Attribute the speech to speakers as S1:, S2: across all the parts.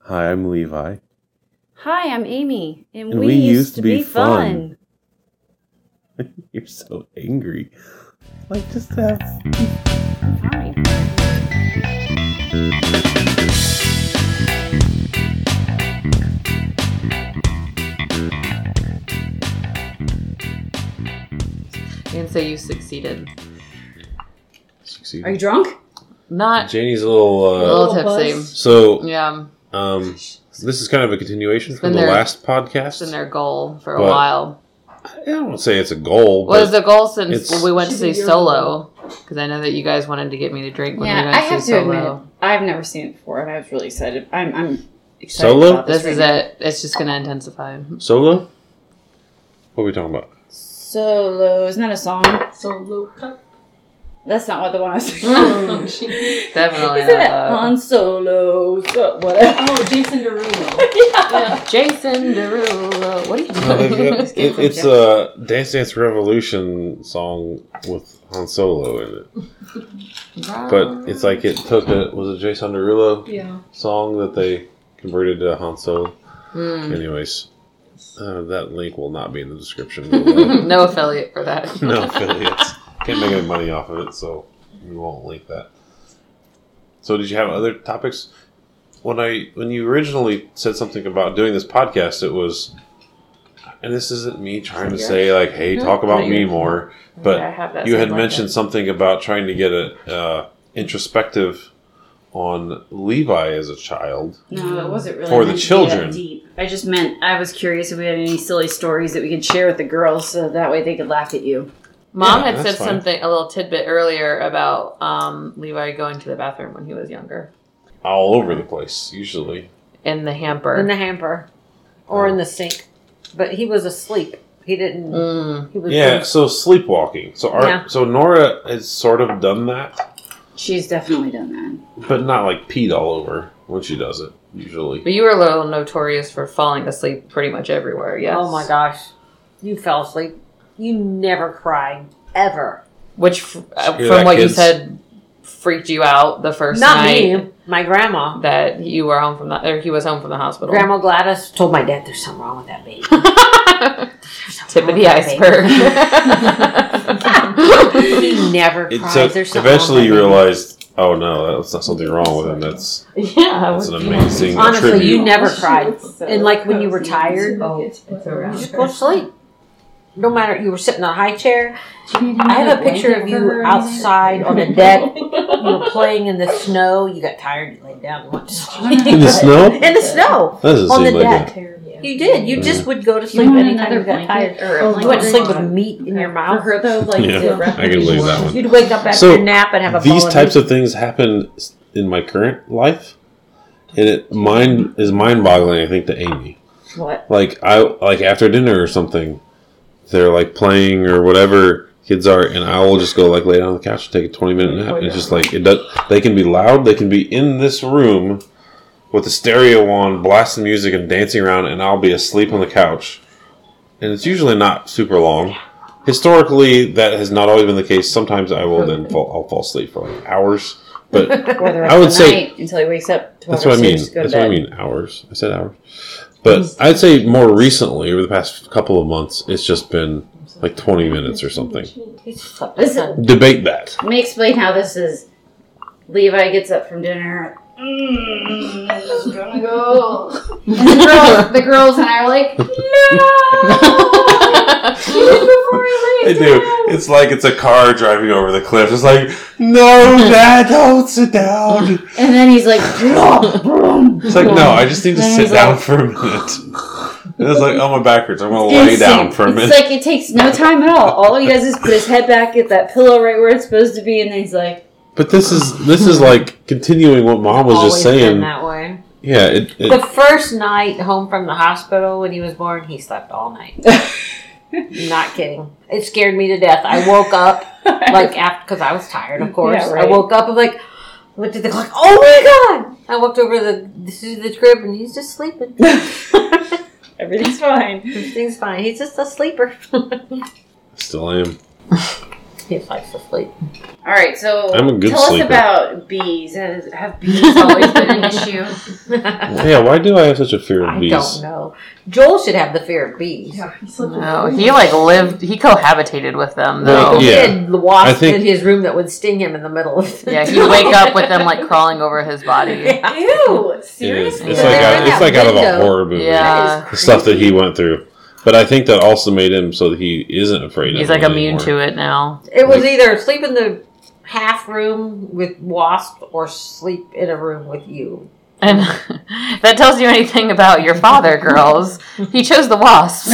S1: Hi, I'm Levi.
S2: Hi, I'm Amy, and,
S1: And
S2: we, used, to be, fun.
S1: You're so angry. Like, just have.
S2: Fine.
S3: And so you succeeded.
S2: Are you drunk?
S3: Not
S1: Janie's a little.
S3: a
S1: Uh,
S3: little
S2: Little buzz.
S3: tipsy.
S1: so,
S3: Yeah,
S1: um, this is kind of a continuation from
S3: been
S1: the
S3: there.
S1: last
S3: it's in
S1: podcast.
S3: their goal for a
S1: But-
S3: while.
S1: I don't say it's a goal,
S3: What is
S1: but
S3: the goal since
S1: it's-
S3: we went to
S4: She's
S3: see
S4: a year
S3: Solo? Because I know that you guys wanted to get me to drink when we
S4: Yeah,
S3: went
S4: I
S3: to
S4: have
S3: see
S4: to
S3: Solo.
S4: admit, I've never seen it before, and I was really excited. I'm, I'm excited
S1: Solo?
S4: about this.
S3: This is
S4: right now.
S3: it. It's just gonna intensify.
S1: solo? What are we talking about?
S4: Solo. Isn't that a song?
S5: Solo cup.
S4: That's not what the one I was
S5: oh,
S4: thinking.
S5: she-
S3: Definitely
S4: Isn't it
S3: not uh,
S4: Han Solo? So, whatever.
S5: oh, Jason Derulo.
S3: that. Jason Derulo. What are you
S1: No, they've
S3: doing?
S1: got- it- it's a Dance Dance Revolution song with Han Solo in it, uh, but it's like it took a was it Jason Derulo
S5: Yeah.
S1: song that they converted to Han Solo.
S3: Hmm.
S1: Anyways, uh, that link will not be in the description. below.
S3: no affiliate for that.
S1: no affiliates can't make any money off of it, so we won't link that. So, did you have other topics? When I when you originally said something about doing this podcast, it was, and this isn't me trying to say like, "Hey, talk about me more." But
S3: I have that
S1: you
S3: same
S1: had
S3: lineup.
S1: mentioned something about trying to get a uh, introspective on Levi as a child.
S4: No, it wasn't really.
S1: For the
S4: meant to be
S1: children.
S4: that deep. I just meant I was curious if we had any silly stories that we could share with the girls, so that way they could laugh at you.
S3: Mom
S1: Yeah,
S3: had
S1: that's
S3: said
S1: fine.
S3: something a little tidbit earlier about um, Levi going to the bathroom when he was younger
S1: All over the place, usually.
S3: in the hamper.
S6: in the hamper or in the sink. But he was asleep. He didn't.
S3: mm.
S6: He was
S1: Yeah, so sleepwalking. So our,
S6: Yeah.
S1: so Nora has sort of done that,
S4: She's definitely done that.
S1: but not like peed all over when she does it usually.
S3: But you were a little notorious for falling asleep pretty much everywhere. Yes.
S6: Oh my gosh, you fell asleep. You never cried ever.
S3: Which, f- uh,
S1: Hear
S3: from
S1: that,
S3: what
S1: kids?
S3: you said, freaked you out the first
S6: Not
S3: night
S6: me. My grandma,
S3: that you were home from the or he was home from the hospital.
S6: Grandma Gladys, told my dad, "There's something wrong with that baby."
S3: Tip of the iceberg.
S6: he never
S1: It
S6: cries.
S1: took,
S6: There's something
S1: eventually you
S6: wrong with that
S1: realized, oh no, that's not something wrong with him. That's
S3: yeah.
S1: that's an amazing
S6: baby." Honestly,
S1: tribute.
S6: you never cried. And like when you were tired,
S5: Oh,
S6: you just go to sleep. No matter you were sitting on a high chair. I have a picture of you outside on a deck. You were playing in the snow. You got tired. You laid down. You went to sleep.
S1: in the snow.
S6: in the snow.
S1: That doesn't
S6: on the
S1: seem like
S6: deck. You did. You just would go to sleep
S2: want
S6: anytime
S2: another
S6: you got
S2: blanket
S6: tired.
S2: or a
S4: Oh,
S6: Or you went to
S2: blanket?
S6: sleep with meat in your
S2: For
S6: mouth.
S2: her though, like
S1: Yeah,
S2: the
S1: I can leave that one.
S6: You'd wake up after
S1: So,
S6: your nap and have a
S1: it. These
S6: bowl
S1: types
S6: meat.
S1: of things happen s- in my current life, and it mind is mind boggling. I think to Amy.
S4: What?
S1: like I like after dinner or something, they're like playing or whatever kids are, and I will just go like lay down on the couch and take a twenty minute nap. It's just like it does. They can be loud. They can be in this room with the stereo on, blasting music and dancing around, and I'll be asleep on the couch. And it's usually not super long. Historically, that has not always been the case. Sometimes I will then fall. I'll fall asleep for like hours, but
S4: Or the
S1: I would
S4: of the
S1: say-
S4: night until he wakes up.
S1: that's what I mean. That's what I mean. Hours. I said hours. But I'd say more recently, over the past couple of months, it's just been like 20 minutes or something.
S6: He slept
S4: Listen,
S1: Debate that.
S4: Let me explain how this is. Levi gets up from dinner. Mm, I'm just gonna
S5: Oh.
S4: go. And the, girl, the girls and I are like,
S1: I do. It's like it's a car driving over the cliff. It's like, no, Dad, don't sit down.
S4: and then he's like, "Blah, blah."
S1: It's like, no, I just need to
S4: Then
S1: sit
S4: he's
S1: down for a minute. And it's like, oh, my backwards. I'm going to lay down for a
S4: It's
S1: minute.
S4: like it takes no time at all. All he does is put his head back at that pillow right where it's supposed to be, and then he's like,
S1: But this is this is like continuing what Mom was
S6: always
S1: just
S6: been
S1: saying.
S6: that way.
S1: Yeah, it,
S6: The
S1: it,
S6: first night home from the hospital when he was born, he slept all night. Not kidding. It scared me to death. I woke up like after because I was tired, of course.
S4: Yeah, right.
S6: I woke up and like looked at the clock. Oh my god! I walked over to the to the crib and he's just sleeping.
S4: everything's fine.
S6: Everything's fine. He's just a sleeper.
S1: still am.
S6: He likes to sleep.
S4: All right, so
S1: I'm a good
S4: tell
S1: sleeper.
S4: us about bees. Has, have bees always been an issue?
S6: I
S1: Yeah, why do I have such a fear of bees?
S6: don't know. Joel should have the fear of bees.
S5: Yeah, he's such a
S3: No, he like lived. He cohabitated with them
S1: Well,
S3: though.
S1: yeah.
S6: He had the wasp
S1: I think-
S6: in his room that would sting him in the middle of the
S3: Yeah, he'd wake up with them like crawling over his body.
S6: Yeah.
S4: Ew,
S1: It is.
S4: seriously?
S1: It's like out, it's like out of a
S6: Window.
S1: horror movie.
S3: Yeah,
S1: The stuff that he went through, but I think that also made him so that he isn't afraid. of
S3: he's like
S1: them
S3: immune
S1: anymore.
S3: to it now.
S6: It was either sleep in the half room with wasp or sleep in a room with you.
S3: And if that tells you anything about your father, girls. He chose the wasps.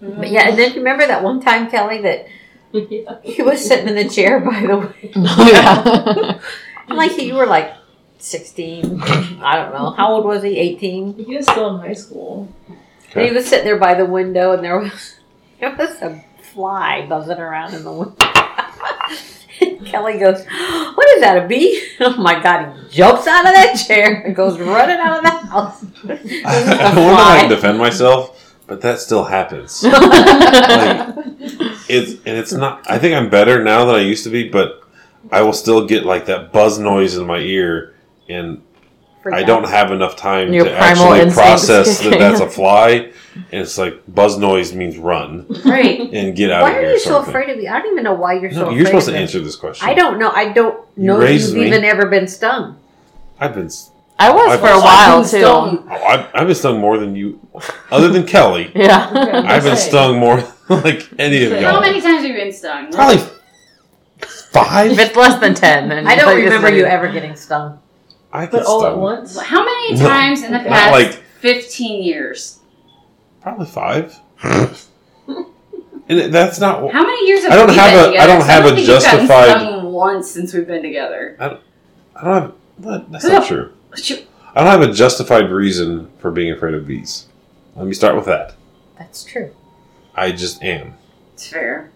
S6: But yeah, and then remember that one time, Kelly, that
S5: yeah.
S6: he was sitting in the chair by the way.
S3: yeah.
S6: Like you were like sixteen. I don't know. How old was he? Eighteen?
S5: He was still in high school.
S6: And he was sitting there by the window and there was there was a fly buzzing around in the window. Kelly goes, What is that, a bee? Oh my god, he jumps out of that chair and goes running out of the house.
S1: I want to like defend myself, but that still happens. like, it's and it's not. I think I'm better now than I used to be, but I will still get like that buzz noise in my ear, and I don't have enough time
S3: Your
S1: to
S3: primal
S1: actually
S3: instincts
S1: process
S3: kick
S1: that that's
S3: in.
S1: a fly. And it's like buzz noise means run
S4: Right.
S1: and get out
S6: Why
S1: of here.
S6: are you so
S1: sort of thing.
S6: afraid of me? I don't even know why you're so
S1: No,
S6: afraid.
S1: you're supposed
S6: of
S1: to
S6: it.
S1: answer this question.
S6: I don't know. I don't
S1: You
S6: know
S1: raised
S6: you've
S1: me.
S6: even ever been stung.
S1: I've been. s-
S3: I was
S1: I've
S3: for a
S1: also
S3: while
S5: been stung.
S3: too.
S1: Oh, I've, I've been stung more than you, other than Kelly.
S3: Yeah.
S1: I've been
S5: Say.
S1: stung more than like any of
S5: Say.
S1: y'all.
S4: How many times have you been stung?
S1: Probably
S3: If
S1: five.
S3: it's less than ten, then
S6: I don't
S3: like, this
S6: remember
S3: is-
S6: you ever getting stung.
S1: I get
S5: But all at
S1: stung.
S5: once?
S4: How many
S1: No.
S4: times in the
S1: Not
S4: past
S1: like-
S4: 15 years?
S1: Probably five. and it- that's not. wh-
S4: How many years have
S1: I don't
S4: we
S1: have
S4: been
S1: a- I
S4: together?
S1: don't have
S4: I
S1: a
S4: think you've gotten
S1: justified-
S4: stung once since we've been together.
S1: I don't have. That, that's not true. I don't have a justified reason for being afraid of bees. Let me start with that.
S6: That's true.
S1: I just am.
S4: It's fair.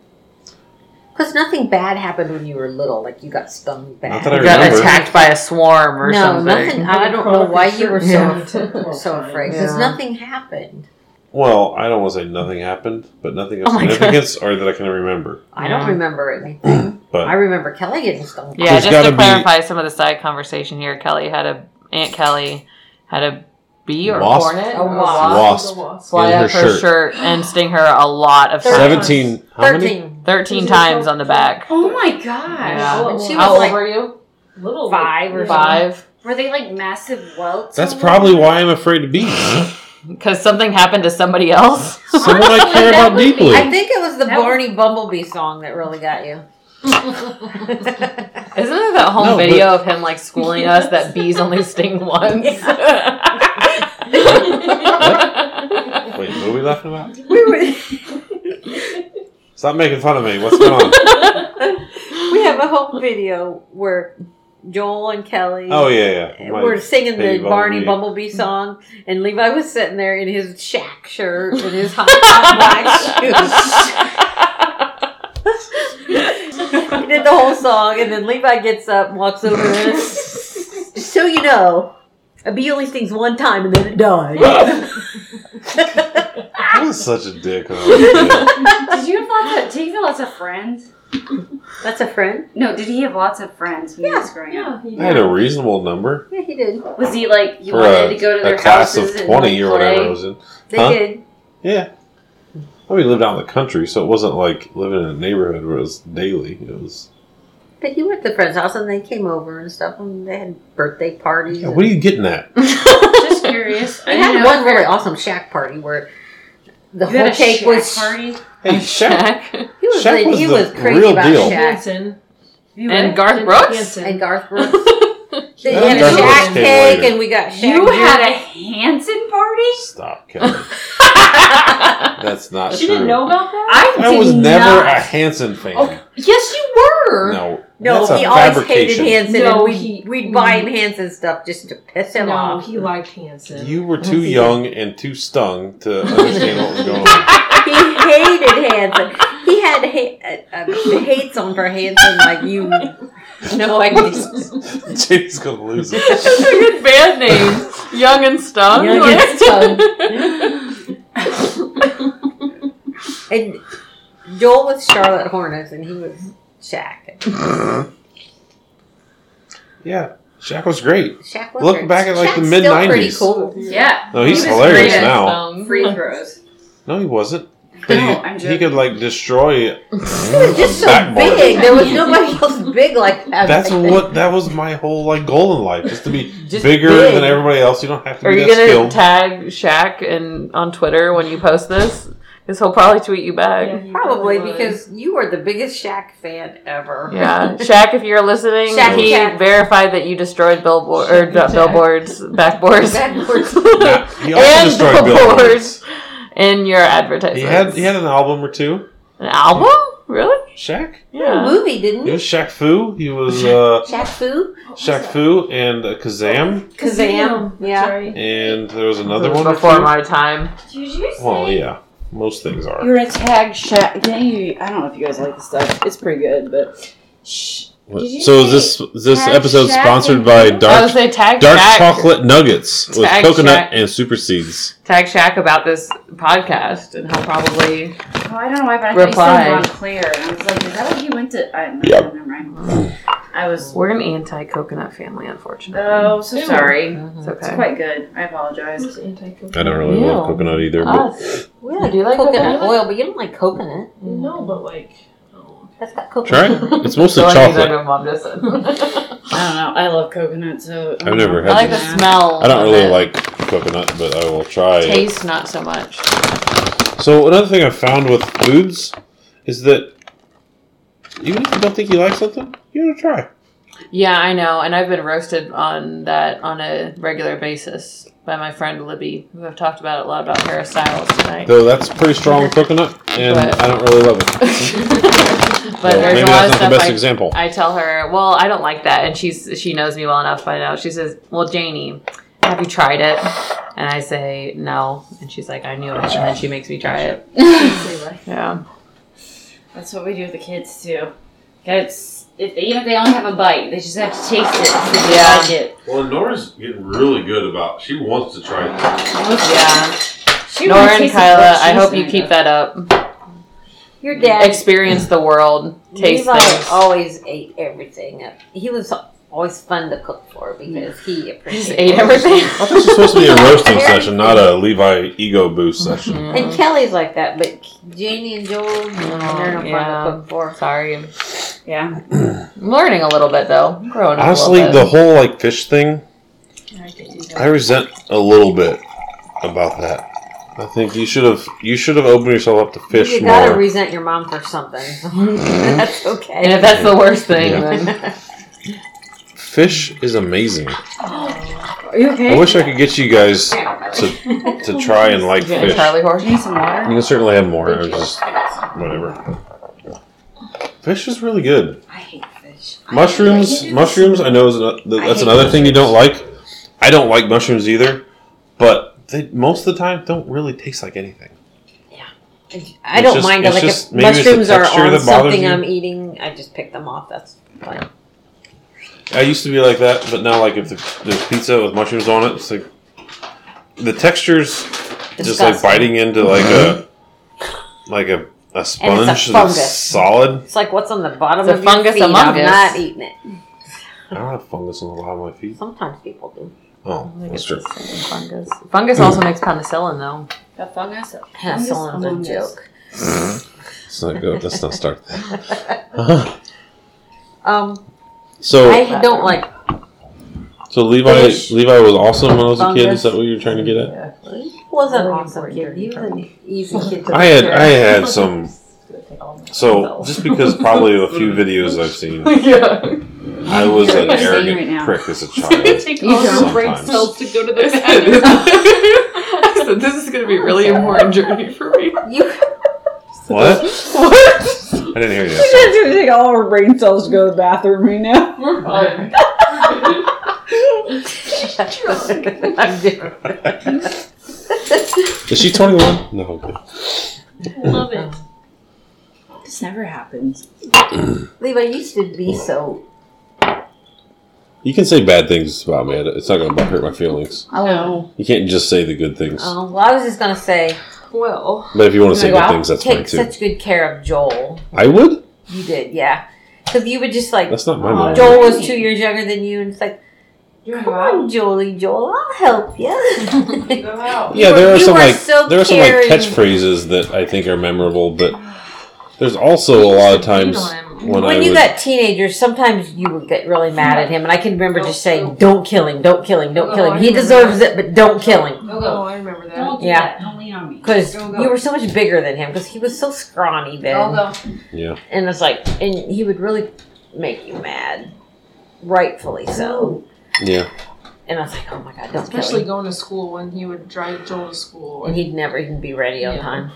S6: Because nothing bad happened when you were little. Like you got stung bad.
S1: Not that I
S3: You got
S1: remember.
S3: attacked by a swarm or
S6: no,
S3: something.
S6: nothing. I don't know why you were so
S5: Yeah.
S6: afraid- so afraid. Because
S3: Yeah.
S6: nothing happened.
S1: Well, I don't want to say nothing happened, but nothing of
S3: Oh my God.
S1: significance or that I can remember.
S6: I don't
S3: Yeah.
S6: remember anything. I
S1: But
S6: remember Kelly getting stung.
S3: Yeah,
S1: There's
S3: just
S1: gotta
S3: to
S1: be-
S3: clarify some of the side conversation here, Kelly had a Aunt Kelly had a bee or
S1: Wasp?
S3: hornet,
S6: A
S3: or
S6: wasp.
S1: Wasp.
S5: wasp.
S3: fly
S1: In her
S3: up her
S1: shirt.
S3: shirt. and sting her a lot of
S6: Thirteen.
S3: times.
S1: seventeen. How many?
S6: Thirteen.
S3: Thirteen times on the back.
S4: Oh my gosh.
S3: Yeah.
S5: All at
S6: And she
S5: once.
S3: How
S6: was
S3: old
S6: like-
S3: were you?
S5: little
S6: five or
S3: Five.
S4: Were they like massive welts?
S1: That's
S4: on
S1: probably
S4: them?
S1: why I'm afraid of bees.
S3: Because something happened to somebody else.
S1: Someone I care
S4: That
S1: about
S4: would be-
S1: deeply.
S6: I think it was the
S4: That was-
S6: Barney Bumblebee song that really got you.
S3: Isn't there that home
S1: No, but-
S3: video of him like schooling us that bees only sting once?
S1: Wait, what are we laughing about?
S6: we were.
S1: Stop making fun of me. What's going on?
S6: we have a home video where Joel and Kelly
S1: Oh yeah, yeah. My-
S6: were singing the
S1: Hey,
S6: Barney
S1: Bumblebee.
S6: Bumblebee song, and Levi was sitting there in his shack shirt and his hot, hot black shoes. he did the whole song, and then Levi gets up and walks over and Just so you know, a bee only stings one time and then it dies.
S1: I was such a dick. when I was a kid.
S4: Did you have lots of, did he have lots of friends?
S6: That's a friend.
S4: No, did he have lots of friends when he was growing up?
S5: Yeah, he
S1: I had a reasonable number
S6: Yeah, he did.
S4: Was he like, you
S1: for
S4: wanted
S1: a,
S4: to go to
S1: a
S4: their
S1: class
S4: houses
S1: of
S4: and
S1: twenty
S4: like,
S1: or whatever I
S4: play?
S1: was in.
S6: They
S1: Huh?
S6: did.
S1: Yeah. Well, we lived out in the country, so it wasn't like living in a neighborhood where it was daily. It was.
S6: But he went to friend's house and they came over and stuff, and they had birthday parties.
S1: Yeah,
S6: and-
S1: what are you getting at?
S4: Just curious. I
S6: We
S4: didn't
S6: had
S4: know
S6: one
S4: if
S6: really awesome shack party where the
S4: You had a
S6: whole cake
S4: shack
S6: was.
S4: party.
S1: Hey, Shaq.
S6: He was,
S1: Shack
S6: like-
S1: was
S6: he
S1: the
S6: was crazy
S1: real
S6: about
S1: deal.
S6: Shack
S5: Hanson.
S4: You
S3: and
S4: had-
S3: Garth Brooks?
S5: Hanson.
S6: and Garth Brooks. they
S1: Yeah,
S6: had a
S1: Garth Brooks
S6: Shack
S1: came
S6: cake,
S1: later.
S6: and we got Shack.
S4: You had a
S6: dinner.
S4: Hanson party?
S1: Stop, Kelly. That's not
S5: She
S1: true.
S5: didn't know about that?
S4: I,
S1: I was
S4: did
S1: never
S4: not.
S1: a Hanson fan.
S5: Okay.
S4: Yes, you were.
S1: No,
S6: no.
S1: that's a
S6: He always hated
S1: fabrication.
S6: Hanson,
S5: No,
S6: and we'd,
S5: he-
S6: we'd buy him Hanson stuff just to piss him
S5: No,
S6: off.
S5: he liked Hanson.
S1: You were too young and too stung to understand what was going on.
S6: he hated Hanson. He had ha- uh, a, a hate song for Hanson, like you. No idea.
S1: Jade's gonna lose it.
S3: Those are good band names. Young and Stung.
S6: Young and
S3: Stung.
S6: And Joel was Charlotte Hornets, and he was Shaq.
S1: yeah, Shaq was great.
S6: Shaq was
S1: Look
S6: great.
S1: back at like the
S6: Shaq's
S1: mid
S6: still pretty
S1: nineties.
S6: cool.
S4: Yeah.
S1: No, he's
S4: He was
S1: hilarious
S4: great at
S1: now.
S4: Free throws.
S1: No, he wasn't. But he,
S4: No, I'm
S1: he
S4: joking.
S1: could like destroy it.
S6: He was just so
S1: Backboard.
S6: big. There was nobody else big like that.
S1: That's
S6: back then.
S1: what that was my whole like goal in life, just to be
S6: Just
S1: bigger
S6: big.
S1: than everybody else. You don't have to
S3: Are
S1: be
S3: you
S1: that skilled.
S3: gonna tag Shaq and on Twitter when you post this? Because he'll probably tweet you back.
S6: Probably because you were the biggest Shaq fan ever.
S3: Yeah, Shaq, if you're listening,
S6: Shaq,
S3: he
S6: Shaq.
S3: verified that you destroard billboard or
S5: Shaq.
S3: billboards, backboards,
S6: Backboards.
S1: Nah, he also
S3: And
S1: destroyed billboards.
S3: billboards. in your advertisements.
S1: He had he had an album or two.
S3: an album, really?
S1: Shaq.
S6: A
S3: Yeah.
S6: movie, didn't
S1: He
S6: you?
S1: was Shaq Fu. He was uh,
S6: Shaq Fu?
S1: Shaq Fu and uh, Kazam,
S6: Kazam. Yeah.
S5: Sorry.
S1: and there was another one or
S3: before
S1: two.
S3: my time.
S5: Did you say?
S1: Well, yeah, most things are.
S4: You're a tag Shaq. Yeah, you, I don't know if you guys like this stuff. It's pretty good, but. Shh.
S1: What-
S4: Did you
S1: So is
S4: say
S1: this is this
S4: Shaq
S1: episode
S4: Shaq
S1: sponsored
S4: and
S1: by
S4: who?
S3: I was
S1: Dark
S3: gonna say tag
S1: Dark
S3: Shaq,
S1: Chocolate Nuggets with
S3: Tag
S1: coconut
S3: Shaq.
S1: and super seeds.
S3: tag Shaq about this podcast, and he'll probably
S4: Oh, I don't know why, but I
S3: Reply.
S4: thought you said Montclair. And I was like, is that what you went to? I, no, Never mind. I was.
S3: we're an anti-coconut family, unfortunately.
S4: Oh, so
S5: Ew.
S4: sorry.
S3: it's
S4: It's
S3: okay.
S4: quite good. I apologize.
S5: Who's anti-coconut?
S1: I don't really
S3: Ew. Ah,
S1: love coconut either, but
S3: Us.
S6: Yeah,
S3: Do you like
S6: coconut
S3: coconut?
S6: oil, but you don't like coconut.
S5: No, but like. oh,
S6: That's got coconut.
S1: try it. It's mostly
S3: So I think
S1: chocolate.
S3: my "Oh, mom just said.
S4: I don't know. I love coconut, so.
S1: I've never
S3: I
S1: had
S3: like the
S1: this.
S3: smell.
S1: I don't
S3: of
S1: really
S3: it.
S1: like coconut, but I will try it.
S3: taste, not so much.
S1: So another thing I've found with foods is that even if you don't think you like something, you gotta try.
S3: Yeah, I know, and I've been roasted on that on a regular basis by my friend Libby, who I've talked about a lot about hairstyles tonight.
S1: Though that's pretty strong coconut, and
S3: But-
S1: I don't really love it.
S3: but
S1: So
S3: there's
S1: maybe
S3: a lot
S1: that's not
S3: of
S1: the
S3: stuff
S1: best
S3: I,
S1: example.
S3: I tell her, well, I don't like that, and she's she knows me well enough by now. She says, well, Janie, have you tried it? And I say no, and she's like, I knew it, and then she makes me try it. Yeah,
S4: That's what we do with the kids, too. Guys, if they, even if they only have a bite, they just have to taste it. to
S3: Yeah.
S4: Like it.
S1: Well, Nora's getting really good about. She wants to try.
S3: yeah.
S4: She
S3: Nora
S4: really
S3: and
S4: tastes
S3: Kyla,
S4: the
S3: I hope
S4: cheese
S3: you
S4: in
S3: keep
S4: it.
S3: that up.
S6: Your dad
S3: Experience the world, taste
S6: Levi
S3: things.
S6: always ate everything up. He was always fun to cook for because he
S3: Just
S6: appreciated
S3: ate everything.
S1: This is supposed to be a roasting session, not a Levi ego boost session.
S6: And Kelly's like that, but Janie and Joel, they're not
S3: yeah.
S6: fun to cook for.
S3: Mm, Sorry, I'm
S4: Yeah.
S3: learning a little bit though. I'm growing up
S1: Honestly,
S3: a
S1: the
S3: little bit.
S1: whole like fish thing,
S5: I could do
S1: I
S5: that.
S1: resent a little bit about that. I think you should have you should have opened yourself up to fish
S6: You gotta
S1: more.
S6: resent your mom for something. that's okay.
S3: and if that's the worst thing,
S1: Yeah.
S3: then
S1: fish is amazing.
S4: Are you okay?
S1: I wish I could get you guys to, to try and like
S3: you get a
S1: fish.
S3: Charlie horse.
S4: Do you need some water?
S1: You can certainly have more. I was just whatever. Fish is really good.
S4: I hate fish.
S1: Mushrooms, mushrooms. I know is ano- th- that's another thing you don't like. I don't like mushrooms either, but they most of the time don't really taste like anything.
S6: I don't
S1: just-
S6: mind it.
S1: it's
S6: Like
S1: just-
S6: if
S1: maybe it's the
S6: mushrooms are
S1: texture
S6: on
S1: that bothers
S6: something
S1: you.
S6: I'm eating, I just pick them off. That's fine.
S1: I used to be like that, but now like if the- there's pizza with mushrooms on it, it's like the textures just like
S6: Disgusting.
S1: biting into like a like a, a sponge that's
S6: fungus.
S1: solid.
S6: It's like what's on the bottom
S3: It's a
S6: of your
S3: fungus
S6: feet. I'm
S3: among us.
S6: not eating it.
S1: I don't have fungus on the bottom of my feet.
S6: Sometimes people do.
S1: Oh, that's true.
S3: Fungus. Fungus also makes penicillin though.
S4: The fungus?
S6: That's
S4: Fungus
S6: a
S4: among us.
S6: joke.
S1: Let's not go. Let's not start that.
S6: Um,
S1: so
S6: I don't like
S1: So Levi,
S6: Fish.
S1: Levi was awesome when I was a kid. Is
S6: Fungus.
S1: that what you're trying to get at?
S6: He wasn't
S3: Really
S6: awesome
S3: important
S6: kid. He was an easy kid. To
S1: I had, I
S6: take
S1: had some. So just because probably a few videos I've seen,
S3: yeah.
S1: I was an
S4: You're insane right
S1: arrogant
S4: now.
S1: prick as a child.
S5: Take
S3: You
S5: all your
S1: don't.
S5: brain
S1: Sometimes.
S5: cells to go to the bathroom.
S3: I said this is gonna be a really important journey for me.
S6: care of. You
S1: What?
S3: What?
S1: I didn't hear
S2: You
S1: you.
S2: guys are gonna take all our brain cells to go to the bathroom right now.
S5: We're fine.
S6: I'm different.
S1: Is she 21? No. okay.
S5: Love it.
S2: This never happens.
S6: Levi used to be so.
S1: You can say bad things about me. It's not going to hurt my feelings.
S2: I know.
S6: Oh.
S1: You can't just say the good things.
S6: Um, well, I was just gonna say
S5: Well,
S1: But if you want to say
S6: You go
S1: good
S6: out
S1: things, that's fine
S6: take
S1: too.
S6: such good care of Joel.
S1: I would.
S6: You did, yeah. Because you would just like
S1: That's not my
S5: Aw,
S1: mom.
S6: Joel was two years younger than you, and it's like,
S5: you wanna
S6: come
S5: go out?
S6: on, Jolie, Joel, I'll help you.
S5: Go out.
S1: Yeah,
S6: You
S1: there
S6: were-
S1: are
S6: you
S1: some
S6: were
S1: like
S6: so
S1: there are some like
S6: caring.
S1: catchphrases that I think are memorable, but there's also a lot of times when,
S6: when
S1: I
S6: you
S1: would,
S6: got teenagers, sometimes you would get really mad at him, and I can remember just saying, "Don't kill him, don't kill him, don't
S5: Oh,
S6: kill
S5: I
S6: him. He
S5: remember
S6: deserves it, but don't kill him."
S5: Go go. Oh, I remember that.
S2: Don't do
S6: Yeah.
S2: that. Don't lean on me.
S6: Because
S5: Go, go.
S6: you were so much bigger than him, because he was so scrawny then.
S5: I'll go.
S1: yeah,
S6: And it's like, and he would really make you mad, rightfully so.
S1: yeah.
S6: And I was like, oh my god, don't
S5: Especially
S6: kill him.
S5: going to school when he would drive Joel to school.
S6: And he'd never even be ready on
S5: Yeah.
S6: time.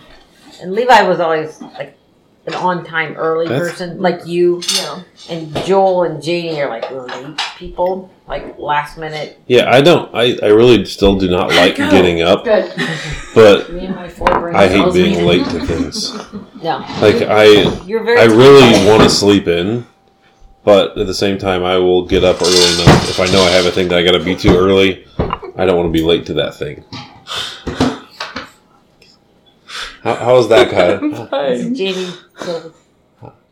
S6: And Levi was always like an on time early
S1: That's-
S6: person, like you.
S5: yeah.
S6: And Joel and Janie are like late people, like last minute.
S1: Yeah, I don't. I, I really still do not like
S2: Go.
S1: getting up,
S2: Good.
S1: but
S2: Me and my four brains.
S1: I hate being late to things.
S6: No,
S1: Like I
S6: you're very.
S1: I really want to sleep in, but at the same time, I will get up early enough if I know I have a thing that I got to be to early. I don't want to be late to that thing. How, how was that, Kyle?
S6: Janie little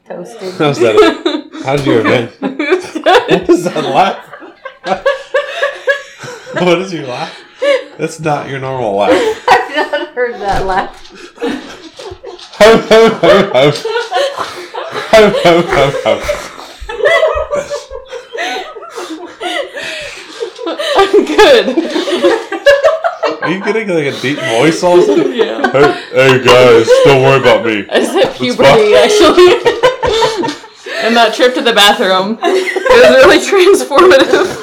S6: toasted.
S1: How's that? How did your event? What is that laugh? what is your laugh? That's not your normal laugh.
S6: I've not heard that laugh.
S1: Ho, ho, ho, ho. Ho, ho, ho, ho.
S3: I'm good.
S1: Are you getting like a deep voice all of a sudden?
S3: Yeah.
S1: Hey, hey guys, don't worry about me.
S3: I just hit
S1: fine.
S3: puberty, actually. and that trip to the bathroom. It was really transformative.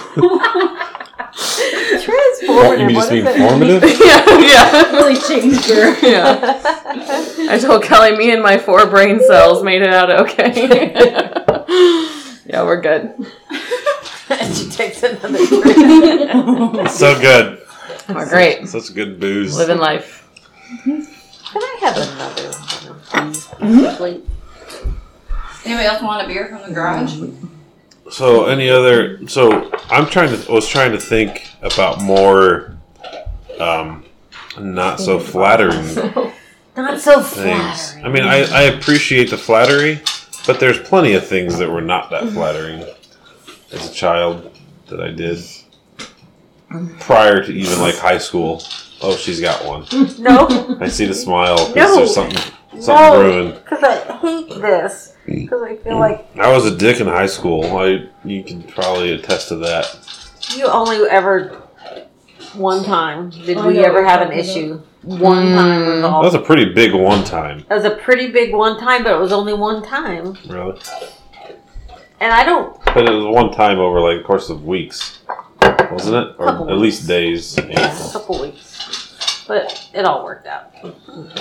S1: What,
S6: Transformative.
S1: you mean just
S6: what
S1: being
S6: is it?
S1: formative?
S3: yeah, yeah.
S2: really changed her.
S3: Yeah. I told Kelly, me and my four brain cells made it out okay. yeah, we're good.
S6: she takes another drink.
S1: so good.
S3: We're great.
S1: Such good booze.
S3: Living life.
S6: Can I have another one?
S4: Anybody else want a beer from the garage?
S1: So any other? So I'm trying to. Was trying to think about more, um, not so flattering
S6: Not so
S1: things.
S6: flattering.
S1: I mean, I, I appreciate the flattery, but there's plenty of things that were not that flattering as a child that I did prior to even like high school. Oh, she's got one.
S6: no,
S1: I see the smile because
S6: No.
S1: there's something something
S6: No.
S1: brewing.
S6: because I hate this. Because I feel like
S1: I was a dick in high school. I you can probably attest to that.
S6: you only ever one time did
S2: Oh,
S6: we
S2: yeah,
S6: ever
S2: we
S6: have an
S2: talked about-
S6: issue. One time was
S1: That
S6: all.
S1: was a pretty big one time.
S6: That was a pretty big one time, but it was only one time.
S1: Really?
S6: And I don't.
S1: But it was one time over like the course of weeks, wasn't it? Or
S6: Couple
S1: at least
S6: weeks.
S1: days.
S6: A
S1: Yeah,
S6: couple weeks. But it all worked out.
S1: I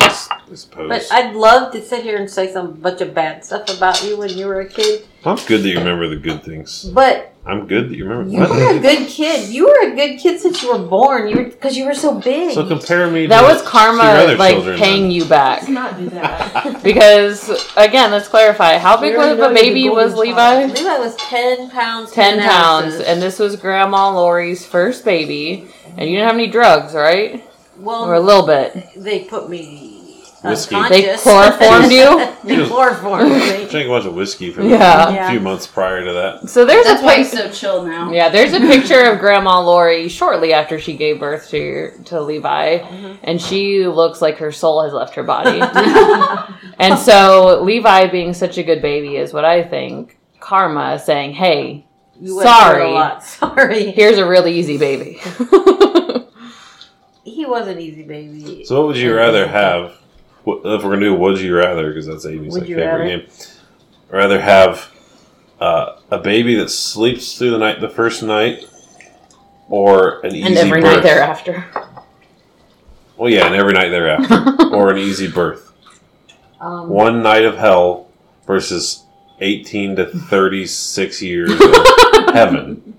S1: s- I suppose.
S6: But I'd love to sit here and say some bunch of bad stuff about you when you were a kid.
S1: I'm good that you remember the good things.
S6: But
S1: I'm good that you remember.
S6: You were a good kid. You were a good kid since you were born. You because you were so big.
S1: So compare me.
S3: That
S1: to,
S3: was
S1: to your
S3: karma,
S1: other
S3: like
S1: children,
S3: paying
S1: then.
S3: you back.
S5: Let's not do that.
S3: Because, again, let's clarify how
S2: We
S3: big
S2: already
S3: of
S2: know
S3: a
S2: you're the
S3: baby was
S2: golden
S3: Levi?
S2: child.
S6: Levi was ten pounds.
S3: 10 pounds,
S6: ounces.
S3: and this was Grandma Lori's first baby, and you didn't have any drugs, right? Or a
S6: well,
S3: little bit.
S6: they put me
S1: Whiskey.
S6: unconscious.
S3: They chloroformed you?
S6: they chloroformed me.
S1: Drank a bunch of whiskey for
S3: Yeah.
S1: a few
S6: Yeah.
S1: months prior to that.
S3: So there's
S4: That's
S3: a
S4: why he's so
S3: pic-
S4: chill now.
S3: yeah, there's a picture of Grandma Lori shortly after she gave birth to your, to Levi, and she looks like her soul has left her body. and so Levi being such a good baby is what I think karma saying, "Hey,
S6: You went through
S3: Sorry.
S6: A lot. Sorry.
S3: here's a really easy baby."
S6: He was an easy baby.
S1: So what would you rather have? What, if we're gonna do would you rather, because that's Amy's
S6: Would
S1: like,
S6: you
S1: favorite
S6: rather?
S1: game. Rather have uh, a baby that sleeps through the night the first night, or an easy
S3: and every
S1: birth.
S3: night thereafter.
S1: Well, yeah, and every night thereafter, or an easy birth.
S6: Um,
S1: One night of hell versus eighteen to thirty-six years of heaven.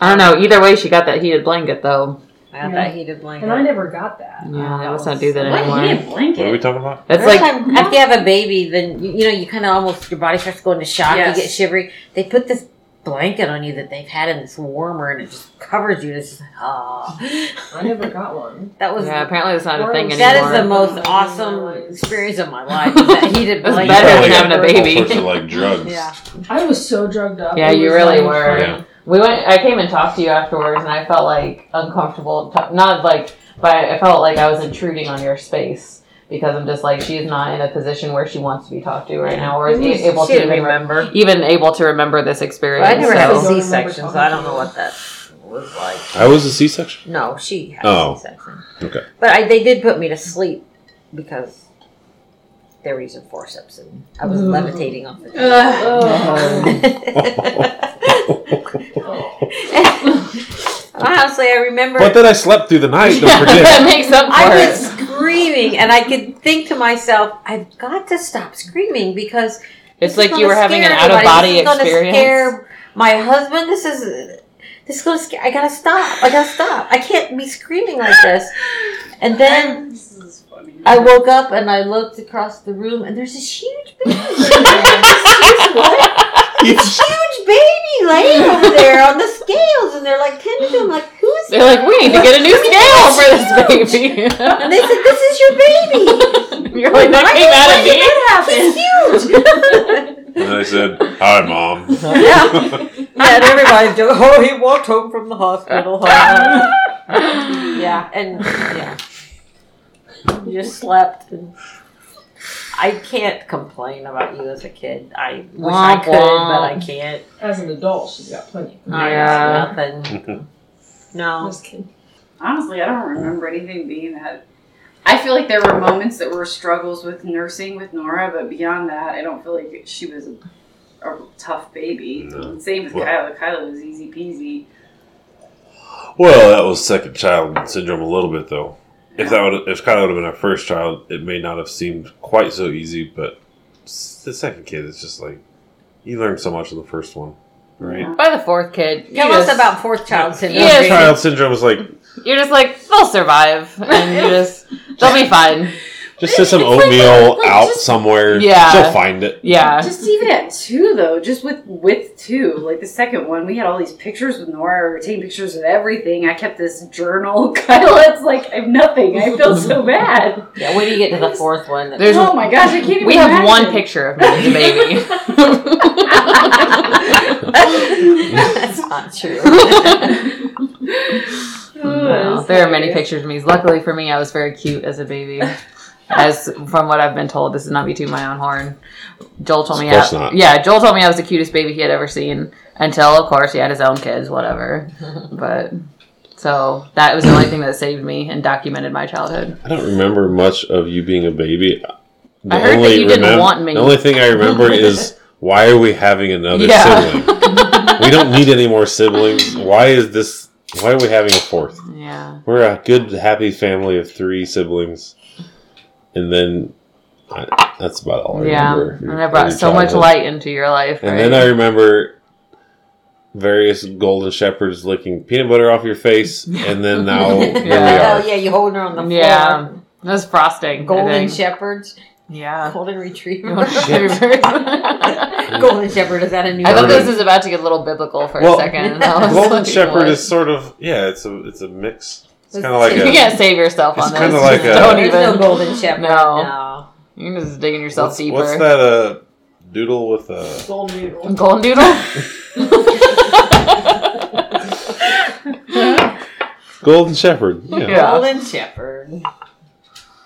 S3: I don't know. Either way, she got that heated blanket though.
S6: I got that heated blanket.
S2: And I never got that.
S3: Yeah, let's not do that
S2: What? He
S3: anymore.
S2: had a
S1: What are we
S2: blanket.
S1: talking about?
S3: That's
S6: Every
S3: like
S6: time after you have a baby, then you, you know you kind of almost your body starts going to shock.
S4: Yes.
S6: You get shivery. They put this blanket on you that they've had in this warmer and it just covers you. It's just like, oh.
S5: I never got one.
S6: That was
S3: Yeah, apparently that's not a thing anymore.
S6: that is the most
S5: That's
S6: awesome
S5: amazing.
S6: experience of my life. is That heated
S3: That's
S6: blanket.
S3: better than
S1: Probably
S3: having a
S1: all
S3: baby.
S1: sorts of like drugs.
S6: Yeah.
S5: I was so drugged up.
S3: Yeah,
S5: It
S3: you
S5: was
S3: really
S5: like-
S3: were.
S1: Yeah.
S3: We went. I came and talked to you afterwards, and I felt like uncomfortable. t- Not like, but I felt like I was intruding on your space because I'm just like she's not in a position where she wants to be talked to right now, or is
S5: It was-
S3: able
S6: she
S3: to
S6: didn't
S3: even,
S6: remember.
S3: even able to remember this
S6: But
S3: experience.
S6: I never
S3: so-
S6: had a
S5: Don't remember
S6: C-section, so I don't know what that was like.
S1: I was a C-section.
S6: No, she had
S1: Oh.
S6: a C-section.
S1: Okay.
S6: But I, they did put me to sleep because they were using forceps and I was
S5: Mm.
S6: levitating off the
S5: Oh.
S6: Honestly, I remember
S1: But then I slept through the night. Don't
S3: that
S1: forget.
S3: makes up for
S6: I
S3: it.
S6: was screaming and I could think to myself, I've got to stop screaming because
S3: It's
S6: this is
S3: like you
S6: gonna
S3: were having an
S6: scare
S3: out of
S6: everybody.
S3: body
S6: This is gonna
S3: experience.
S6: Scare my husband, this is this is gonna scare I gotta stop. I gotta stop. I can't be screaming like this. And then
S2: this is funny.
S6: I woke up and I looked across the room and there's this huge baby.
S1: It's-
S6: huge baby laying over there on the scales and they're like tending to him like who's
S3: They're like, we need to get a new scale for this
S6: and
S3: baby.
S6: they said, This is your baby.
S3: You're like, that came out of me.
S6: He's huge.
S1: and I said, "Hi, mom."
S6: yeah. yeah, and everybody's doing oh he walked home from the hospital. huh?" yeah, and yeah. You just slept and I can't complain about you as a kid. I wish I
S3: Womp
S6: could, but I
S3: womp.
S6: can't.
S5: As an adult, she's got plenty.
S6: I
S3: Yeah.
S6: got nothing. No.
S5: Just kidding.
S2: Honestly, I don't remember anything being that. I feel like there were moments that were struggles with nursing with Nora, but beyond that, I don't feel like she was a, a tough baby.
S1: No.
S2: Same with
S1: Well-
S2: Kyla. Kyla was easy peasy.
S1: Well, that was second child syndrome a little bit though. If that would, if Kyla would have been our first child, it may not have seemed quite so easy. But s- the second kid is just like you learn so much of the first one, right?
S3: By the fourth kid, you
S6: Tell
S3: just,
S6: us about fourth child syndrome.
S3: Yes.
S6: baby.
S1: Child syndrome is like
S3: You're just like they'll survive, and you just they'll be fine.
S1: just sit some oatmeal out somewhere.
S3: Yeah.
S1: she'll find it.
S3: Yeah,
S2: Just even at two though, just with with two, like the second one, we had all these pictures with Nora, we were taking pictures of everything. I kept this journal. Kyla, it's like I have nothing. I feel so bad.
S6: Yeah, when do you get to the fourth one?
S3: There's-
S2: oh my gosh, I can't even.
S3: we have one
S2: imagine.
S3: picture of me as a baby.
S6: That's not true.
S3: No, there are many pictures of me. Luckily for me, I was very cute as a baby. As from what I've been told, this is not me to my own horn. Joel told me,
S1: Of course
S3: I-
S1: not.
S3: yeah, Joel told me I was the cutest baby he had ever seen. Until, of course, he had his own kids, whatever. But so that was the only thing that saved me and documented my childhood.
S1: I don't remember much of you being a baby. The
S3: I heard that you didn't
S1: remem-
S3: want me.
S1: The only thing I remember is why are we having another
S3: Yeah.
S1: sibling? We don't need any more siblings. Why is this? Why are we having a fourth?
S3: yeah,
S1: We're a good, happy family of three siblings, and then I, that's about all I
S3: yeah,
S1: remember.
S3: and I brought so much
S1: Childhood.
S3: light into your life.
S1: And
S3: right?
S1: then I remember various golden shepherds licking peanut butter off your face, and then now here we
S3: Yeah.
S1: are.
S6: Oh yeah, you hold her on the floor.
S3: Yeah. That was frosting. I
S6: Golden
S3: think.
S6: shepherds,
S3: Yeah.
S6: golden retriever,
S3: Golden Shepherd. I
S6: golden shepherd. Is that a new?
S3: thought
S1: Golden-
S3: this was about to get a little biblical for
S1: Well,
S3: a second. and I was
S1: Golden
S3: like,
S1: Shepherd
S3: what?
S1: is sort of yeah, it's a it's a mix. It's
S6: It's-
S1: kind of like
S3: you
S1: a
S3: can't save yourself
S1: It's
S3: on this.
S1: kinda
S3: Just
S1: like a-
S3: don't
S6: There's
S3: even.
S6: no golden shepherd.
S3: No.
S6: no.
S3: You're just digging yourself
S1: what's,
S3: deeper.
S1: what's that uh doodle with a
S5: Gold noodle.
S3: Golden doodle.
S1: Golden Shepherd? Yeah,
S3: Yeah.
S6: golden shepherd.